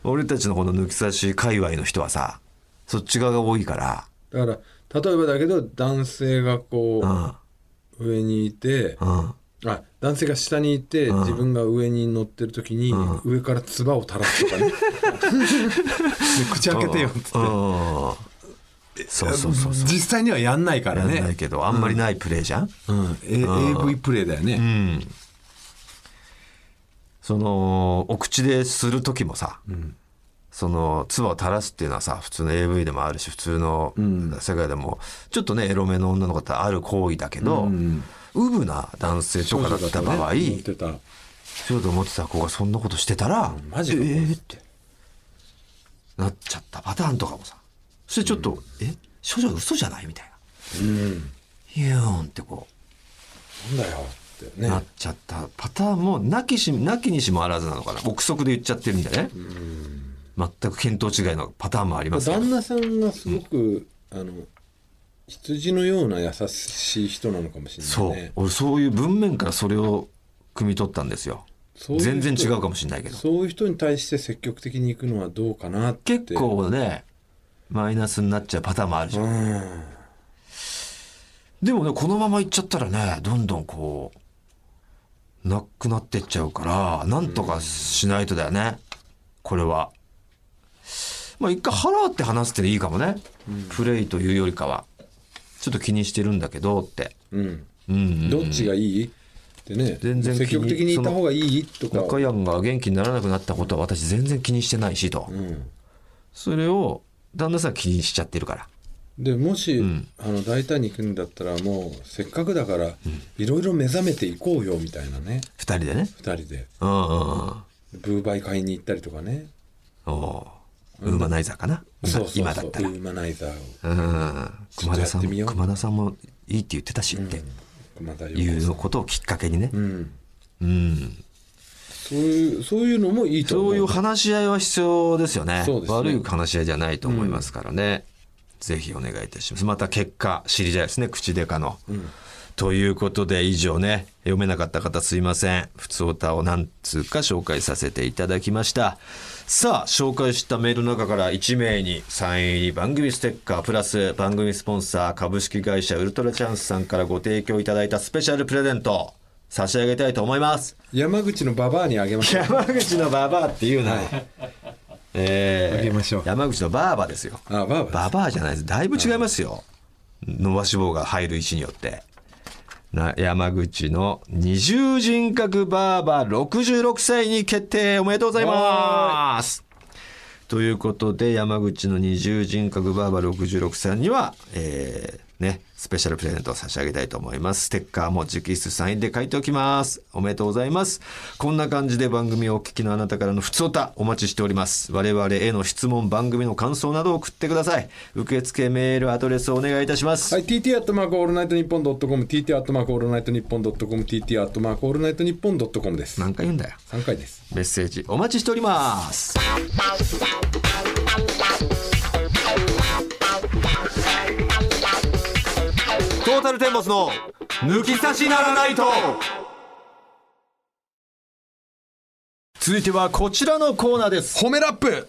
俺たちのこの抜き差し界隈の人はさそっち側が多いから
だから例えばだけど男性が
う
こ
ん
う上にいて
うん
あ男性が下にいて自分が上に乗ってる時に上から唾を垂らす
[LAUGHS]
とかね
口開けてよっつって
うんそうそうそうそう
実際にはやんないから
やんない
ね
けどあんまりないプレーじゃん、
うん、A、AV プレイだよね、
そのお口でする時もさ、その唾を垂らすっていうのはさ普通の AV でもあるし普通の世界でも、ちょっとねエロめの女の子ってある行為だけど、ウブな男性とかだった場合、
乗ってた
そうだと思ってた子がそんなことしてたら、
マジか
えーってなっちゃったパターンとかもさそしてちょっと、え少女は嘘じゃないみたいな
うん
ヒューンってこ
なんだよって
う、
ね
なっちゃったパターンもなきしなきにしもあらずなのかな憶測で言っちゃってるんでね、全く見当違いのパターンもありますけど
旦那さんがすごく、あの羊のような優しい人なのかもしれ
そう、
ないね
俺そういう文面からそれを汲み取ったんですよ
そういう人
全然違うかもしれないけど
そういう人に対して積極的に行くのはどうかなって
結構ねマイナスになっちゃうパターンもあるじゃん
うん
でもね、このまま行っちゃったらね、どんどんこう、なくなってっちゃうから、なんとかしないとだよね。これは。まあ一回払って話すっていいかもね。プレイというよりかは。ちょっと気にしてるんだけどって。
うん
うんうん。
どっちがいいってね
全然気に
積極的に行った方がいいとか
中山が元気にならなくなったことは私全然気にしてないしと。
うん、
それを旦那さんは気にしちゃってるから。
でもし、あの大胆に行くんだったらもうせっかくだからいろいろ目覚めていこうよみたいなね
二人でね。
2人で
うんうんうん。
ブーバイ買いに行ったりとかね
おうウーマナイザーかな。
そうそうそう
今だったら
ウ。ーマナイザーを
うん
ちょ
熊
っと
田
や
さ
っ
ん
てみよう
熊田さんもいいって言ってたしって
熊田
い
曜子
うことをきっかけにね、
うん
うん、
そういうそういうのもいいと思う
そういう話し合いは必要ですよね
そうですね
悪い話し合いじゃないと思いますからね、ぜひお願いいたしますまた結果知りたいですね口でかの、ということで以上ね読めなかった方すいません普通歌を何通か紹介させていただきましたさあ紹介したメールの中から1名にサイン入り番組ステッカープラス番組スポンサー株式会社ウルトラチャンスさんからご提供いただいたスペシャルプレゼント差し上げたいと思います
山口のババアにあげましょう
山口のババアっていうな、えー
あげましょう
山口のバーバですよ
あババア
ババアじゃないですだいぶ違いますよ伸ばし棒が入る石によってな山口の二重人格バーバ66歳に決定おめでとうございますということで山口の二重人格バーバ66歳には、えーね、スペシャルプレゼントを差し上げたいと思いますステッカーも直筆サインで書いておきますおめでとうございますこんな感じで番組をお聞きのあなたからの普通歌お待ちしております我々への質問番組の感想などを送ってください受付メールアドレスをお願いいたします、
はい TT アットマークオールナイトニッポンドットコム TT アットマークオールナイトニッポンドットコム TT アットマークオールナイトニッポンドットコムです
何回言うんだよ
3回です
メッセージお待ちしておりますトータルテンボスの抜き差しならないと続いてはこちらのコーナーです
褒めラップ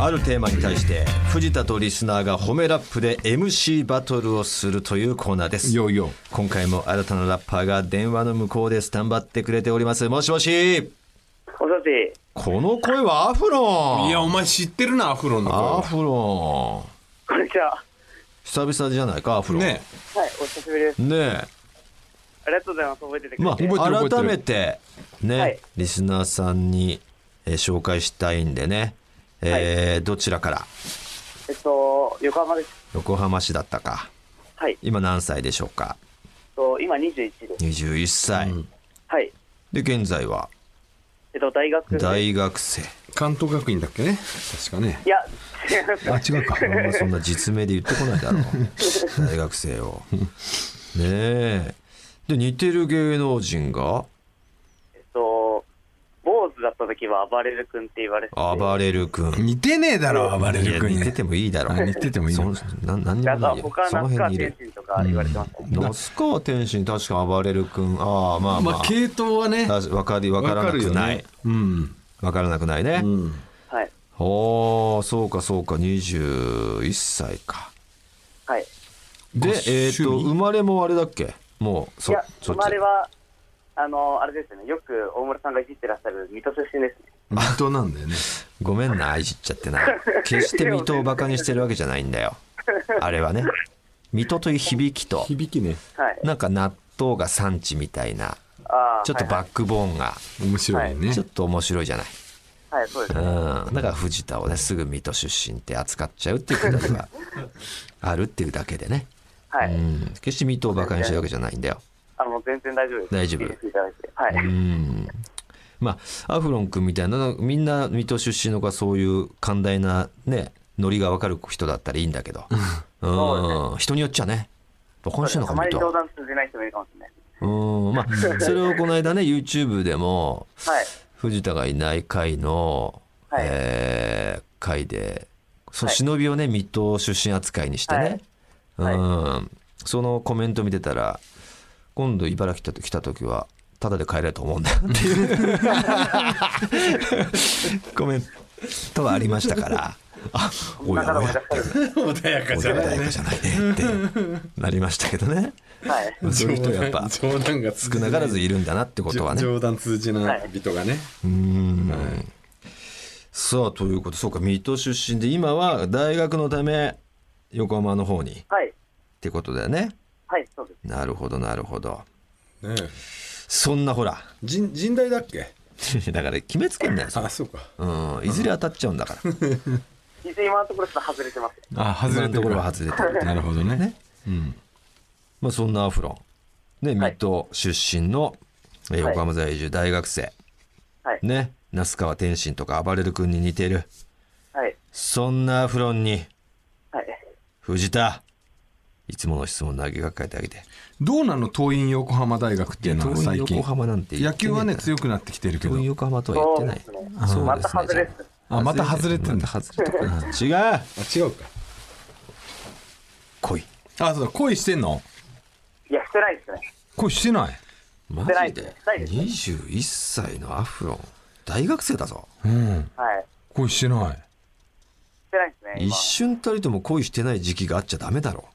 あるテーマに対して藤田とリスナーが褒めラップで MC バトルをするというコーナーです
よいよ
今回も新たなラッパーが電話の向こうでスタンバってくれておりますもしもし
もしもし、
この声はアフロン
いや、お前知ってるな、アフロンの声
ア
は。
フロン
こんにちは。は
久々じゃないかアフロン
ね
い、お久しぶりです。
ねえ
ありがとうございます。覚えててくれ
ま
て。
覚えてる
あ、
覚
改
えてる
めてね、
はい
リスナーさんに、えー紹介したいんでね、えーどちらから
えっと、横浜です。
横浜市だったか
はい。えっ
今何歳でしょうか
と、今21です。
21歳、
はい。
で現在は
えっと、大学です。い
大学生
関東学院だっけね。確かね。
や、違います。
あ違うかあんまそんな実名で言ってこないだ
[LAUGHS]
ろう大学生をねえで似てる芸能人が
えっと、坊主だった時は暴れる君って言われてて。
暴れる君
似てねえだろ、暴れ
い
る
や
君
似て
ね。
てもいいだろ
あ似ててもいいの
そな何に
で
も
あと
な
は
いよ
他
その
那須川
辺にいる
天心とか言われてましたね。
那須川天心確か暴れる君ああまあまあ、
まあ、系統はね、
たしわかりわからなくないわ、
ね。うん。
からなくないね、
うん。
はい。
おーそうかそうか21歳か
はい。い
で
ご
えっ、
趣味
と生まれもあれだっけもうそ
や、
そ
生
っ
ま
ち
れは、あの、あれですよね。よく大村さんがいじってらっしゃる水戸出身ですね。
水戸なんだよね。
ごめんないじっちゃってな決して水戸をバカにしてるわけじゃないんだよあれはね水戸という響きと
響きね。
はい。
なんか納豆が産地みたいな
ああ。
ちょっと
は
バッ
い
クボーンが
面白いよね
ちょ。っと面白いじゃない
はい、はい、そうです
う
ね。
ん、だから藤田をねすぐ水戸出身って扱っちゃうっていうくだ [LAUGHS] りがあるっていうだけでね、
は
う
い。
ん、決して水戸をバカにしてるわけじゃないんだよ、
あの、全然大丈夫です。
大丈夫
聞いていただいて。はい。
うん、まあアフロン君みたいなみんな水戸出身の子はそういう寛大なねノリが分かる人だったらいいんだけど、うん人によっちゃねバカにしてんの
あ
か
ま
水
り
戸
冗談通じない人もいるかもしれない。
うんまあそれをこの間ね YouTube でも
はい。
藤田がいない回の、
はい
えー回でその
はい
忍びをね、水戸出身扱いにしてね、
はい
うんそのコメント見てたら今度茨城来た来た時はただで帰れると思うんだよっていう [LAUGHS] コメントはありましたからあおや
なかな
お
か
や
難しいです。
穏やか
穏やかじゃないねってなりましたけど
[LAUGHS]
ね
はい。
そういう人やっぱ
冗談が少
少なからずいるんだなってことはね
冗談通じない人がね。
うんさあということそうか水戸出身で今は大学のため横浜の方にっ
はい。
てことだよね
はい、そうです。
なるほどなるほど
ねえ
そんなほら [LAUGHS]
人人大だっけ
だから決めつけんなよそれ
あ、そうか。
うんいずれ当たっちゃうんだ [LAUGHS] から
一応今のところちょっと外れてます。
あ、
今のところは外れてる
なるほどね。
ね
うん。
まあそんなアフロンね
はい
水戸出身のえー
はい
横浜在住大学生
はい。
ね那須川天心とか暴れる君に似てる
はい。
そんなアフロンに
はい。
藤田いつもの質問投げかけてあげて
どうなの桐蔭横浜大学っていうのは最
東京
近
横。浜なんて言
野
って
球
ねえ
はね、
から
強くなってきてるけ
東
ど
京。横浜とは
そ
言
う
っ
で
て
す
ない
ね。
そうですね
また外れです。
あ、また外れてん
ま
だ。
た外れてる違う
あ、違うか。
来い
あ、そうだ、恋してんの
いや、してないですね。
恋してない。
マ
してない
ジで
ないです
21歳のアフロン大学生だぞ
うん。
はい。
恋してない。
してないですね。
一
今
瞬たりとも恋してない時期があっちゃダメだろ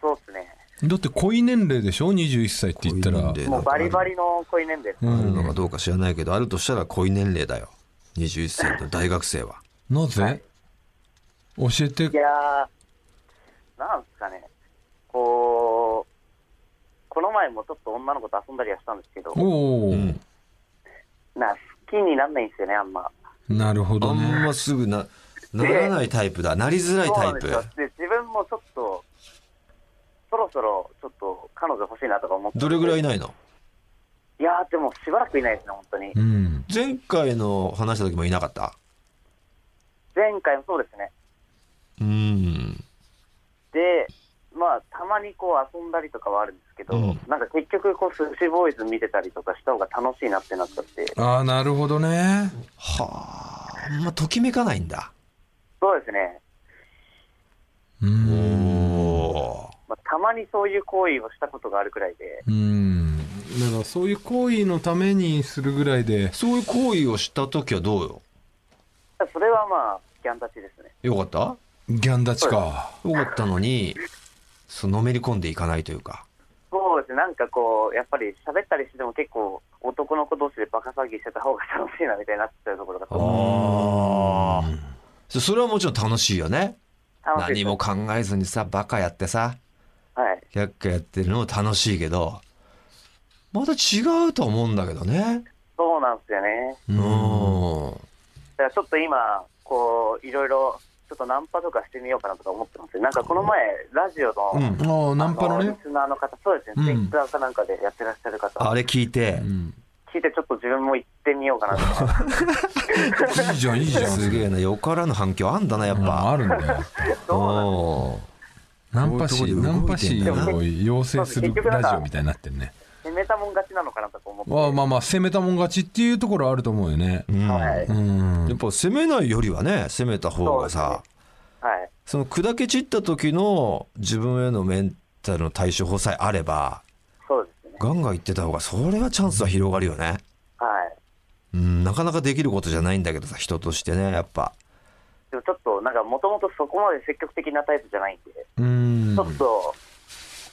そうですね。
だって恋年齢でしょ ?21 歳って言ったら。
恋年齢
もうバリバリの恋年齢です。
あるのかどうか知らないけどあるとしたら恋年齢だよ21歳の大学生は
なぜ教えて
い。やー、なんですかね。こう、この前もちょっと女の子と遊んだりはしたんですけど、
おお、
ん
な、好きになんないんですよね、あんま。
なるほ
あ
ど
ん
ね。
ますぐなならないタイプだなりづらい
そう
タ
な
イ
んです
プ
よ。で、自分もちょっと、そろそろちょっと彼女欲しいなとか思って。
どれぐらいいないの
いやー、でもしばらくいないですね、本当に
う。ん。
前回の話した時もいなかった
前回もそうですね。
うん
で、まあ、たまにこう遊んだりとかはあるんですけど、
うん
なんか結局、こう、寿司ボーイズ見てたりとかした方が楽しいなってなっちゃって、
ああ、なるほどね。
はあ、あんまときめかないんだ。
そうですね。
うん。
お
まあ、たまにそういう行為をしたことがあるくらいで、
うん。だからそういう行為のためにするぐらいで、
そういう行為をした時はどうよ。
や、それはまあ、ギャン立ちですね。
よかった
ギャン立ちか。
よかったのに、そうのめり込んでいかないというか。
そうですね、なんかこう、やっぱり喋ったりしてても結構、男の子同士でバカ騒ぎしてた方が楽しいなみたいになっちゃうところが
ああ。そそれはもちろん楽しいよね。
楽しいで
何
す
も考えずにさ、バカやってさ、
はい。
100回やってるのも楽しいけど、また違うと思うんだけどね。
そうなんですよね。
うん。は
だからちょっと今、こう、いろいろ、ちょっとナンパとかしてみようかなとか思ってますよなんかこの前、ラジオの、
うん
ああ、ナンパの
あリ
ね。
スナーの方、そうですね、ツイッターかなんかでやってらっしゃる方、
あれ聞いて、
聞いてちょっと自分も行ってみようかなとか。
いいじゃん、いいじゃん。
すげえな、よからぬ反響あんだな、やっ
うん
ぱ。
あるんだよ。
お
ナン
こ
パ
う
師、
いうとこで動いてんだ
ナンパ師を養成するラジオみたいになってるね。
攻めたもん勝ちなのかなとか思って。
まあまあまあ、攻めたもん勝ちっていうところあると思うよね。
うん
は
や
い。
うん。
っぱ攻めないよりはね、攻めた方がさ、
はい。
その砕け散った時の自分へのメンタルの対処法さえあれば、
そうですね。
ガンガン言ってた方が、それはチャンスは広がるよね。
はい。
うん、なかなかできることじゃないんだけどさ、人としてね、やっぱ。
でもちょっと、なんか、もともとそこまで積極的なタイプじゃないんで、
うん
ちょ。っと、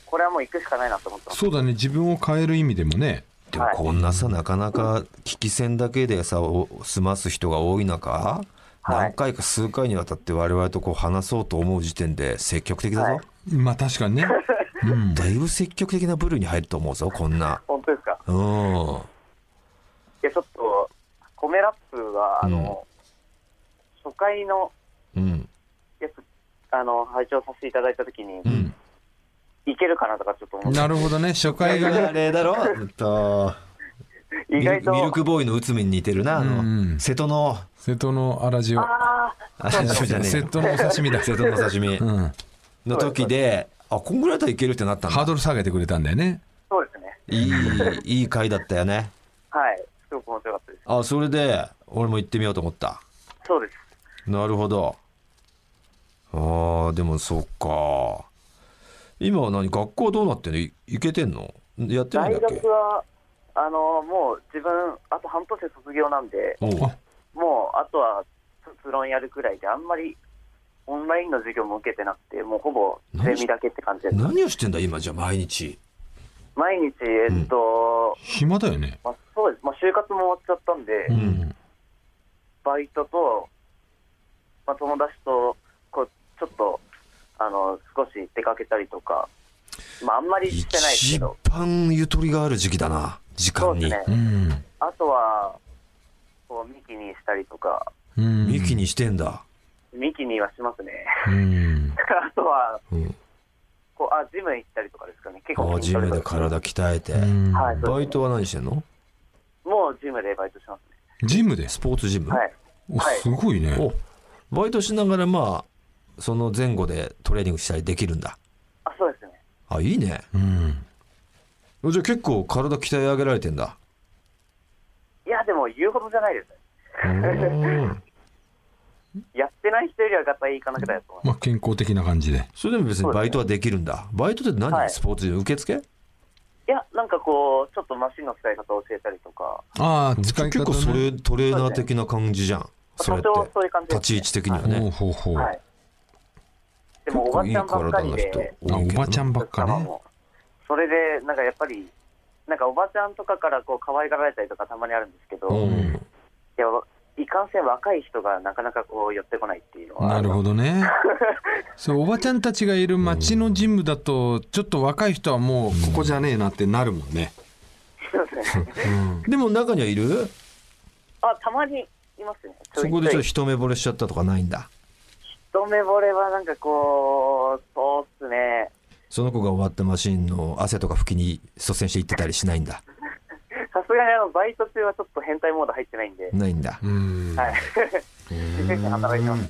これはもう行くしかないなと思ってます。
そうだね、自分を変える意味でもね。
でも
はい
こんなさ、なかなか危機戦だけでさ、お済ます人が多い中、
はい
何回か数回にわたって我々とこう話そうと思う時点で積極的だ
は
ぞ
い。
まあ確かに
[LAUGHS]
ね。うん。
だいぶ積極的な部類に入ると思うぞ、こんな。
本当ですか
うん。
いや、ちょっと、コメラップは、あの、初回の [LAUGHS]
うん。
やつ、あの、拝聴させていただいたときに、
ん
いけるかなとかちょっと思って、
なるほどね、初
あ
回がね。
れだろえっと
意外と、
ミルミルクボーイの内海に似てるな、あの、
うん
瀬戸の、
瀬戸の粗塩。
ああ、
あ、じゃねえ
瀬
よ
戸のお刺身だ。
瀬戸の刺身
うん。
の時で、あ、こんぐらいだったらいけるってなったん
ハー
だ。
ドル下げてくれたんだよね。
そうですね。
いい、いい回だったよね。
はい。すごく面白かったです。
あ、それで、俺も行ってみようと思った。
そうです。
なるほど。あー、でもそっか。今は何学校はどうなってんのい行けてんのやってないん
大
だっけ
学は、あの、もう自分、あと半年で卒業なんで、
おう
あ
もう、あとは卒論やるくらいで、あんまりオンラインの授業も受けてなくて、もうほぼゼミだけって感じです。
何をしてんだ今じゃあ毎日。
毎日、えっと、
暇だよね。
まあ、そうです、まあ、就活も終わっちゃったんで、
うん。
バイトと、まあ、友達とこう、ちょっとあの少し出かけたりとか、まあ、あんまりしてないですけ
一
ど、
番ゆとりがある時期だな。時
そ
間
うで
に
す。
う
ね、
ん。
あとは、こうミキにしたりとか、
うん。
ミキにしてんだ。
ミキにはしますね。 [LAUGHS]
うん。
あとは、
うん
こうあジム行ったりとかですかね、結
あ
構
ジ
筋トレ
ムで
とか
体鍛えて。
うん
はいそう
バイトは何してんの
もうジムでバイトしますね。
ジムで
ス
す。
ポーツジム、
はい、
お
はい
すごいね。
おバイトしながらまあその前後でトレーニングしたりできるんだ
あそうですね。
あいいね
うん。
じゃあ結構体鍛え上げられてんだ
いや、でも言うほどじゃないですね。
うーん
[LAUGHS] やってない人よりはガタイいかなくらいだと思います。
まあ健康的な感じで。
それでも別にバイトはできるんだバイトって何、
はい
スポーツジム受付
いや、なんかこう、ちょっとマシンの使い方を教えたりとか、
ああ、使い方ね
結構それトレーナー的な感じじゃんそ
多
れっ
少そうい
て
う感じです、ね。
立ち位置的にはね、
ほうほうほう。
はい。でも、おばちゃんばっかり
結構いい体
で、
あ
の人多い
お
けど
ばちゃんばっか
奥様
ね。
も。それで、なんかやっぱり、なんかおばちゃんとかからこう可愛がられたりとかたまにあるんですけど、
うん
いや、いかんせん若い人がなかなかこう寄ってこないっていうのは、
なるほど
[LAUGHS]
ね。そうおばちゃんたちがいる町のジムだとちょっと若い人はもうここじゃねえなってなるもんね。
でも中にはいる
[LAUGHS] あ、たまにいますね。ちょ
そ
い
こでち
ち
ょ
ょ
っと
い
一目惚れしちゃったとかないんだ
一目惚れはなんかこう、そうっすね。
その子が終わったマシンの汗とか拭きに率先して行ってたりしないんだ
さすがにあの、バイト中はちょっと変態モード入ってないんで、
ないんだ
うん。
はい。一生懸命働いて [LAUGHS] ます。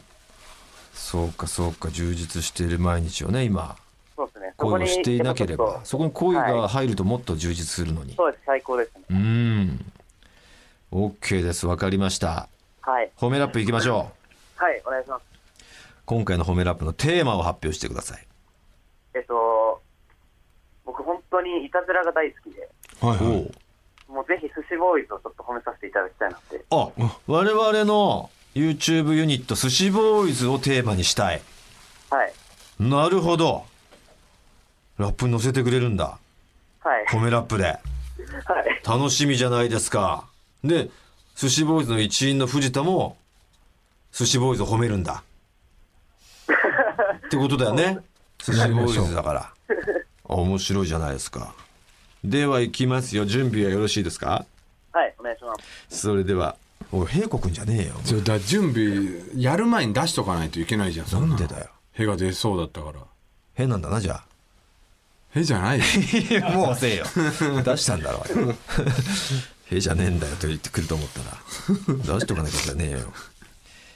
そうかそうか充実している毎日をね今
そうですね。そこ
恋を
に
していなけれ
やっぱちょっ
ば
と
そこに恋が入るともっと充実するのに、
そうです、最高ですね。
うーん OK です分かりました
はい。
褒めラップいきましょう
はい、お願いします。
今回の褒めラップのテーマを発表してください
えっと、僕本当にいたずらが大好きで、
は
お
いはい。
う
もうぜひ寿司ボーイズをちょっと褒めさせていただきたいなって。
あ我々の YouTube ユニット寿司ボーイズをテーマにしたい
はい。
なるほどラップに乗せてくれるんだ
はい。
褒めラップで
はい。
楽しみじゃないですかで寿司ボーイズの一員の藤田も寿司ボーイズを褒めるんだってことだよね寿司ボーイズだからあ面白いじゃないですかでは行きますよ準備はよろしいですか
はい。お願いします。
それではおい平子くんじゃねえよ
それだ準備やる前に出しとかないといけないじゃんそ
なんでだよ
屁が出そうだったから
変なんだなじゃあ
屁じゃないよ
もうせえよ出したんだろ「へ」じゃねえんだよと言ってくると思ったら出しとかなきゃじゃねえよ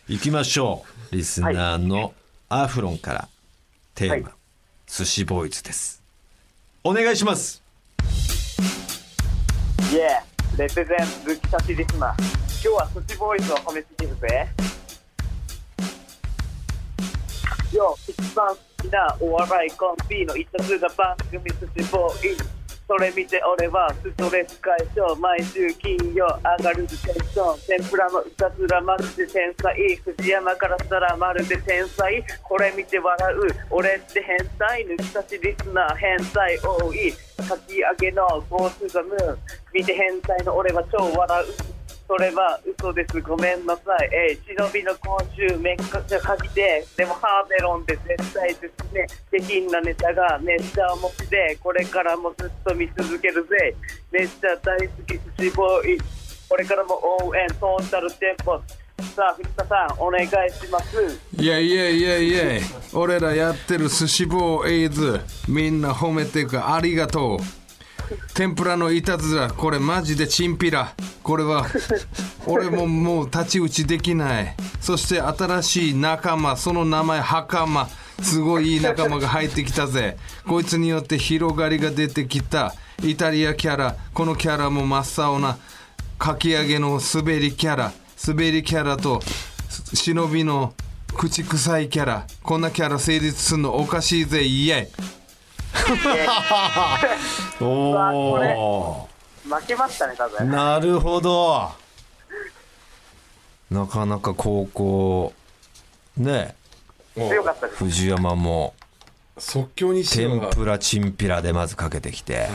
行きましょうリスナーのアフロンからテーマ、
はい
寿司ボーイズですお願いします
イエーレプゼンズキタチリスナー。今日は寿司ボーイズを褒めすぎるぜ。よう、一番好きなお笑いコンビの一つが番組寿司ボーイズ。それ見て俺はストレス解消毎週金曜上がるぜテンション天ぷらのいたずらマジで天才藤山からしたらまるで天才これ見て笑う俺って変態抜き差しリスナー変態多いかき揚げのゴースザムーン見て変態の俺は超笑うそれは嘘です、ごめんなさい。えー、忍びの今週めっちゃ書きで、でもハーベロンって絶対ですね。下品なネタがめっちゃ面白で、これからもずっと見続けるぜ。めっちゃ大好き、寿司ボーイ。これからも応援、トータルテンポ。さあ、藤田さん、お願いします。
[LAUGHS] いやいやいやいや俺らやってる寿司ボーイズみんな褒めてくありがとう天ぷらのいたずらこれマジでチンピラこれは俺ももう太刀打ちできないそして新しい仲間その名前袴すごいいい仲間が入ってきたぜこいつによって広がりが出てきたイタリアキャラこのキャラも真っ青なかき揚げの滑りキャラ滑りキャラとす忍びの口臭いキャラこんなキャラ成立するのおかしいぜイエイ
お
負けましたね、多
お
分。
なるほどなかなか高校ね
強かったです。
藤山も
即興にして
天
は
ぷらチンピラでまずかけてきて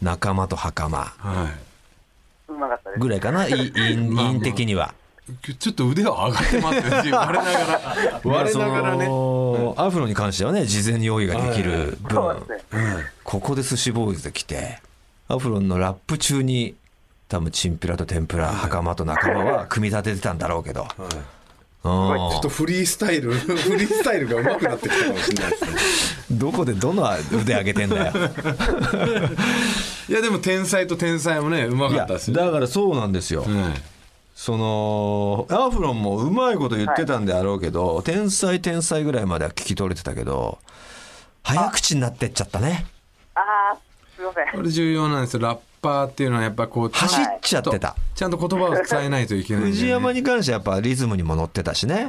仲間と袴
は
うまかったです。
ぐらいかな、
[LAUGHS]
い因因的には。
いちょっと腕は上がってますね我なが
ま
ら
あ
我
そ
ながらね
のアフロに関してはね事前に用意ができる
そう
分
ですね。
ここで寿司ボーイズで来てアフロンのラップ中に多分チンピラと天ぷら袴と仲間
[LAUGHS]
は組み立ててたんだろうけど、うん
ちょっとフリースタイル [LAUGHS] フリースタイルが上手くなってきたかもしれないですね
どこでどの腕上げてんだよ
[LAUGHS] いやでも天才と天才もねうま
い
か
や
ったですよ
だからそうなんですよ、
はい
そのアフロンもうまいこと言ってたんであろうけど、天才天才ぐらいまでは聞き取れてたけど早口になってっちゃったね
あー、すいません。
これ重要なんですよラッパーっていうのはやっぱこう
走っちゃってた、
ちゃんと言葉を伝えないといけないんだ
藤
よね
山に関してはやっぱリズムにも乗ってたしね、
はい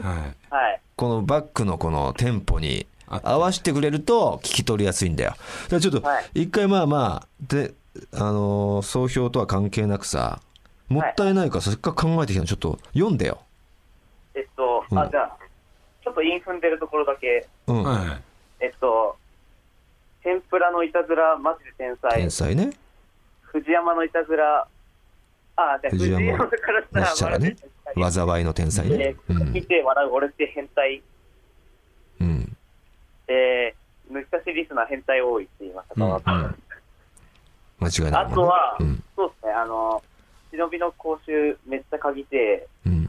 はい。
このバックのこのテンポに合わせてくれると聞き取りやすいんだよだからちょっと
はい
一回まあまあであのー総評とは関係なくさもったいないからせっかく考えてきたのちょっと読んでよ、
えっと、
う
あ、
ん
じゃあ、ちょっとイン踏んでるところだけ。
うん
はい
えっと、天ぷらのいたずら、マジで天才
天。才ね
藤山のいたずら、あ、じゃ
藤
あ藤
山
山から
な
し
したた
ら
ら
まる
ね
で天
災いの天才
才、
ね
で、
う
見
ん、
て笑う俺って変態、
うん
えー、抜き差しリスナー変態多いって言いましたか、
うん間違いな
あ
い
とは、
うん
そうですね、あの、忍びの講習めっちゃ嗅ぎて、
うん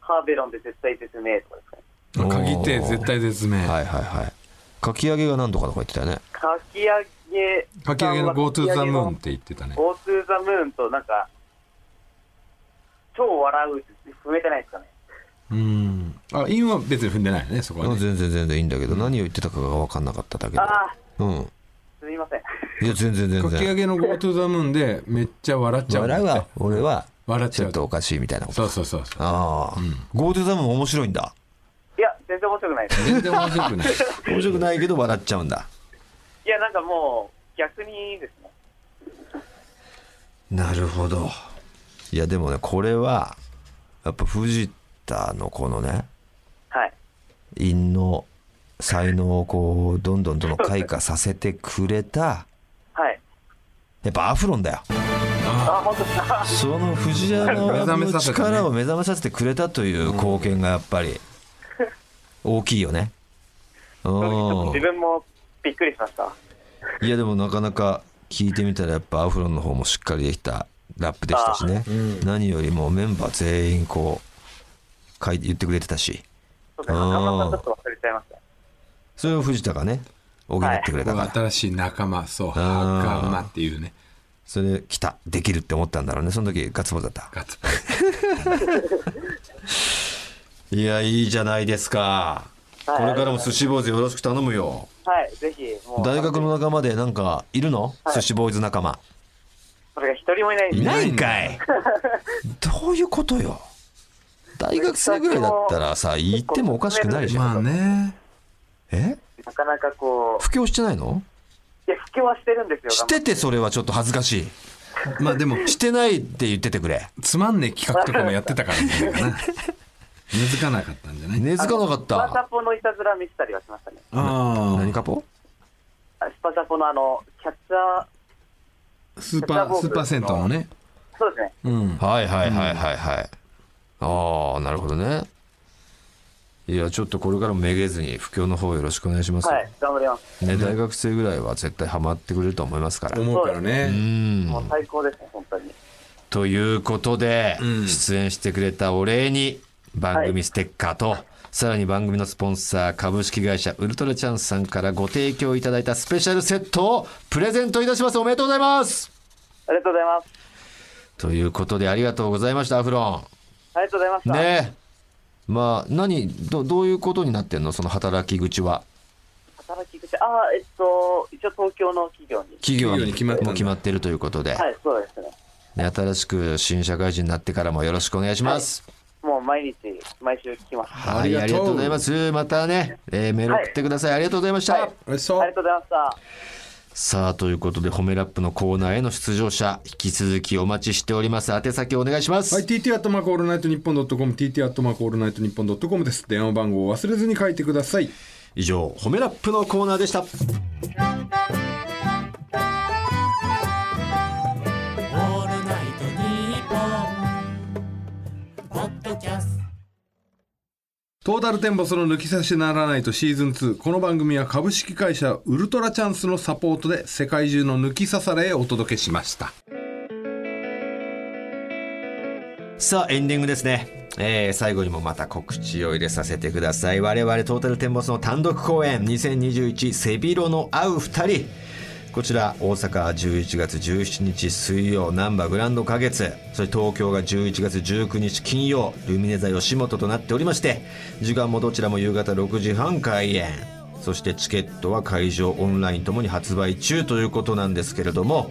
ハーベロンで絶対絶命とかですかね。
鍵って絶対絶命
はいはいはいかき揚げが何とかとか言ってたよね
かき揚げ、
かき揚げの Go to the Moon って言ってたね
Go to the moon となんか、超笑うって踏めてないですかね。
うんあインは別に踏んでないよねそこは
うん
ね
全然全然いいんだけど何を言ってたかが分かんなかっただけで
ああ、
うん
すみません。 [LAUGHS]
いや全然全
かき揚
然
げの Go to the Moon でめっちゃ笑っちゃう
笑うわ俺は
笑っ
ち
ちゃ
ょっ
う
とおかしいみたいなこと
そうそうそうそう
ああ、ゴートゥザム面白いんだ
いや、全然面白くないです。
全然面白
[LAUGHS]
くない
面白くないけど笑っちゃうんだ
いや、なんかもう、逆にですね。
なるほどいやでもねこれはやっぱ藤ターのこのね
はい。
陰の才能をこうどんどんどんどん開花させてくれた
はい。
やっぱアフロンだよ
あ、本当ですか。
その藤 [LAUGHS] 原
目覚め
の
させたね
力を目覚めさせてくれたという貢献がやっぱり大きいよねう
正直ちょっと
ん
自分もびっくりしました。
いやでもなかなか聞いてみたらやっぱアフロンの方もしっかりできたラップでしたしね、何よりもメンバー全員こう書いて言ってくれてたし
そうですね。
あー
頑張ったちょっと忘れちゃいました。
それを藤田がね補ってくれたから、
新しい仲間そう
あー
仲間っていうね
それ来たできるって思ったんだろうねその時ガッツポーズだった
ガッツ
いやいいじゃないですか、
はい
これからも寿司坊主よろしく頼むよ
はい、ぜひ、もう。
大学の仲間でなんかいるの、
はい
寿司ボーイズ仲間
それが一人もいないん
い
で。
ないんかいどういうことよ大学生ぐらいだったらさ行ってもおかしくないじゃん、
まあね
え
なかなかこ
布教してないの
う、いや、布教はしてるんですよ。
しててそれはちょっと恥ずかしい
まあでも
してないって言っててくれ
つまんねえ企画とかもやってたからじゃないかな根付かなかったんじゃない
根付かなかっ
スパチ
た
ャポのいたずら見せたりはしましたね。
あ
何かポ
あスパチャポのあの、キャッチャー、
あスーパースーパー銭湯のね
そうですね。
うん
はいはいはいはいはい、ああなるほどねいやちょっとこれからもめげずに布教の方よろしくお願いします、
はい、頑張ります。
ね、大学生ぐらいは絶対ハマってくれると思いますからう
思うからね
ん
もう最高ですね、本当に。
ということで、
ん
出演してくれたお礼に番組ステッカーと、さらに番組のスポンサー株式会社ウルトラチャンスさんからご提供いただいたスペシャルセットをプレゼントいたしますおめでとうございます
ありがとうございます。
ということでありがとうございましたアフロ
ありがとうございまし
ン
た。
ねえまあ何どどういうことになってんのその働き口は
働き口、ああ、えっと、一応東京の企業に。
企業に
企業に決まったんだ
もう決まってるということで、
はい、そうですね。
ね、新しく新社会人になってからもよろしくお願いします、
もう毎日、毎週聞きます。
はい、
あ
あ
り
り
がとう
がとうございます。またね、えーメール送ってください。ありがとうございました。
はい
おいしそ
あ
う
りがとうございました。
さあ、ということで、褒めラップのコーナーへの出場者、引き続きお待ちしております。宛先お願いします。
はい、TT アットマークオールナイトニッポンドットコム、TT アットマークオールナイトニッポンドットコムです。電話番号を忘れずに書いてください。
以上、褒めラップのコーナーでした。
トータルテンボスの抜き差しならないとシーズン2。この番組は株式会社ウルトラチャンスのサポートで世界中の抜き差されへお届けしました。
さあ、エンディングですね。えー最後にもまた告知を入れさせてください。我々トータルテンボスの単独公演2021背広の合う二人。こちら大阪11月17日水曜ナンバーグランド花月それ東京が11月19日金曜ルミネ座吉本となっておりまして時間もどちらも夕方6時半開演そしてチケットは会場オンラインともに発売中ということなんですけれども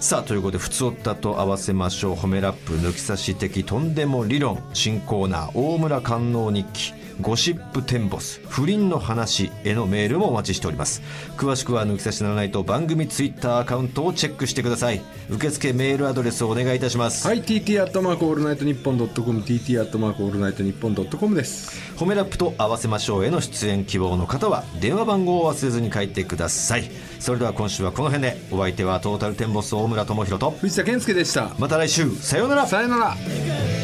さあということで「ふつおった」と合わせましょう「褒めラップ抜き差し的とんでも理論」新コーナー「大村官能日記」ゴシップテンボス不倫の話へのメールもお待ちしております詳しくは抜き差しならないと番組ツイッターアカウントをチェックしてください受付メールアドレスをお願いいたします、
はい、TT アットマークオールナイトニッポンドットコム、TT アットマークオールナイトニッポンドットコムです。
褒めラップと合わせましょうへの出演希望の方は電話番号を忘れずに書いてくださいそれでは今週はこの辺でお相手はトータルテンボス大村智広と
藤田健介でした。
また来週さようなら
さよなら。
「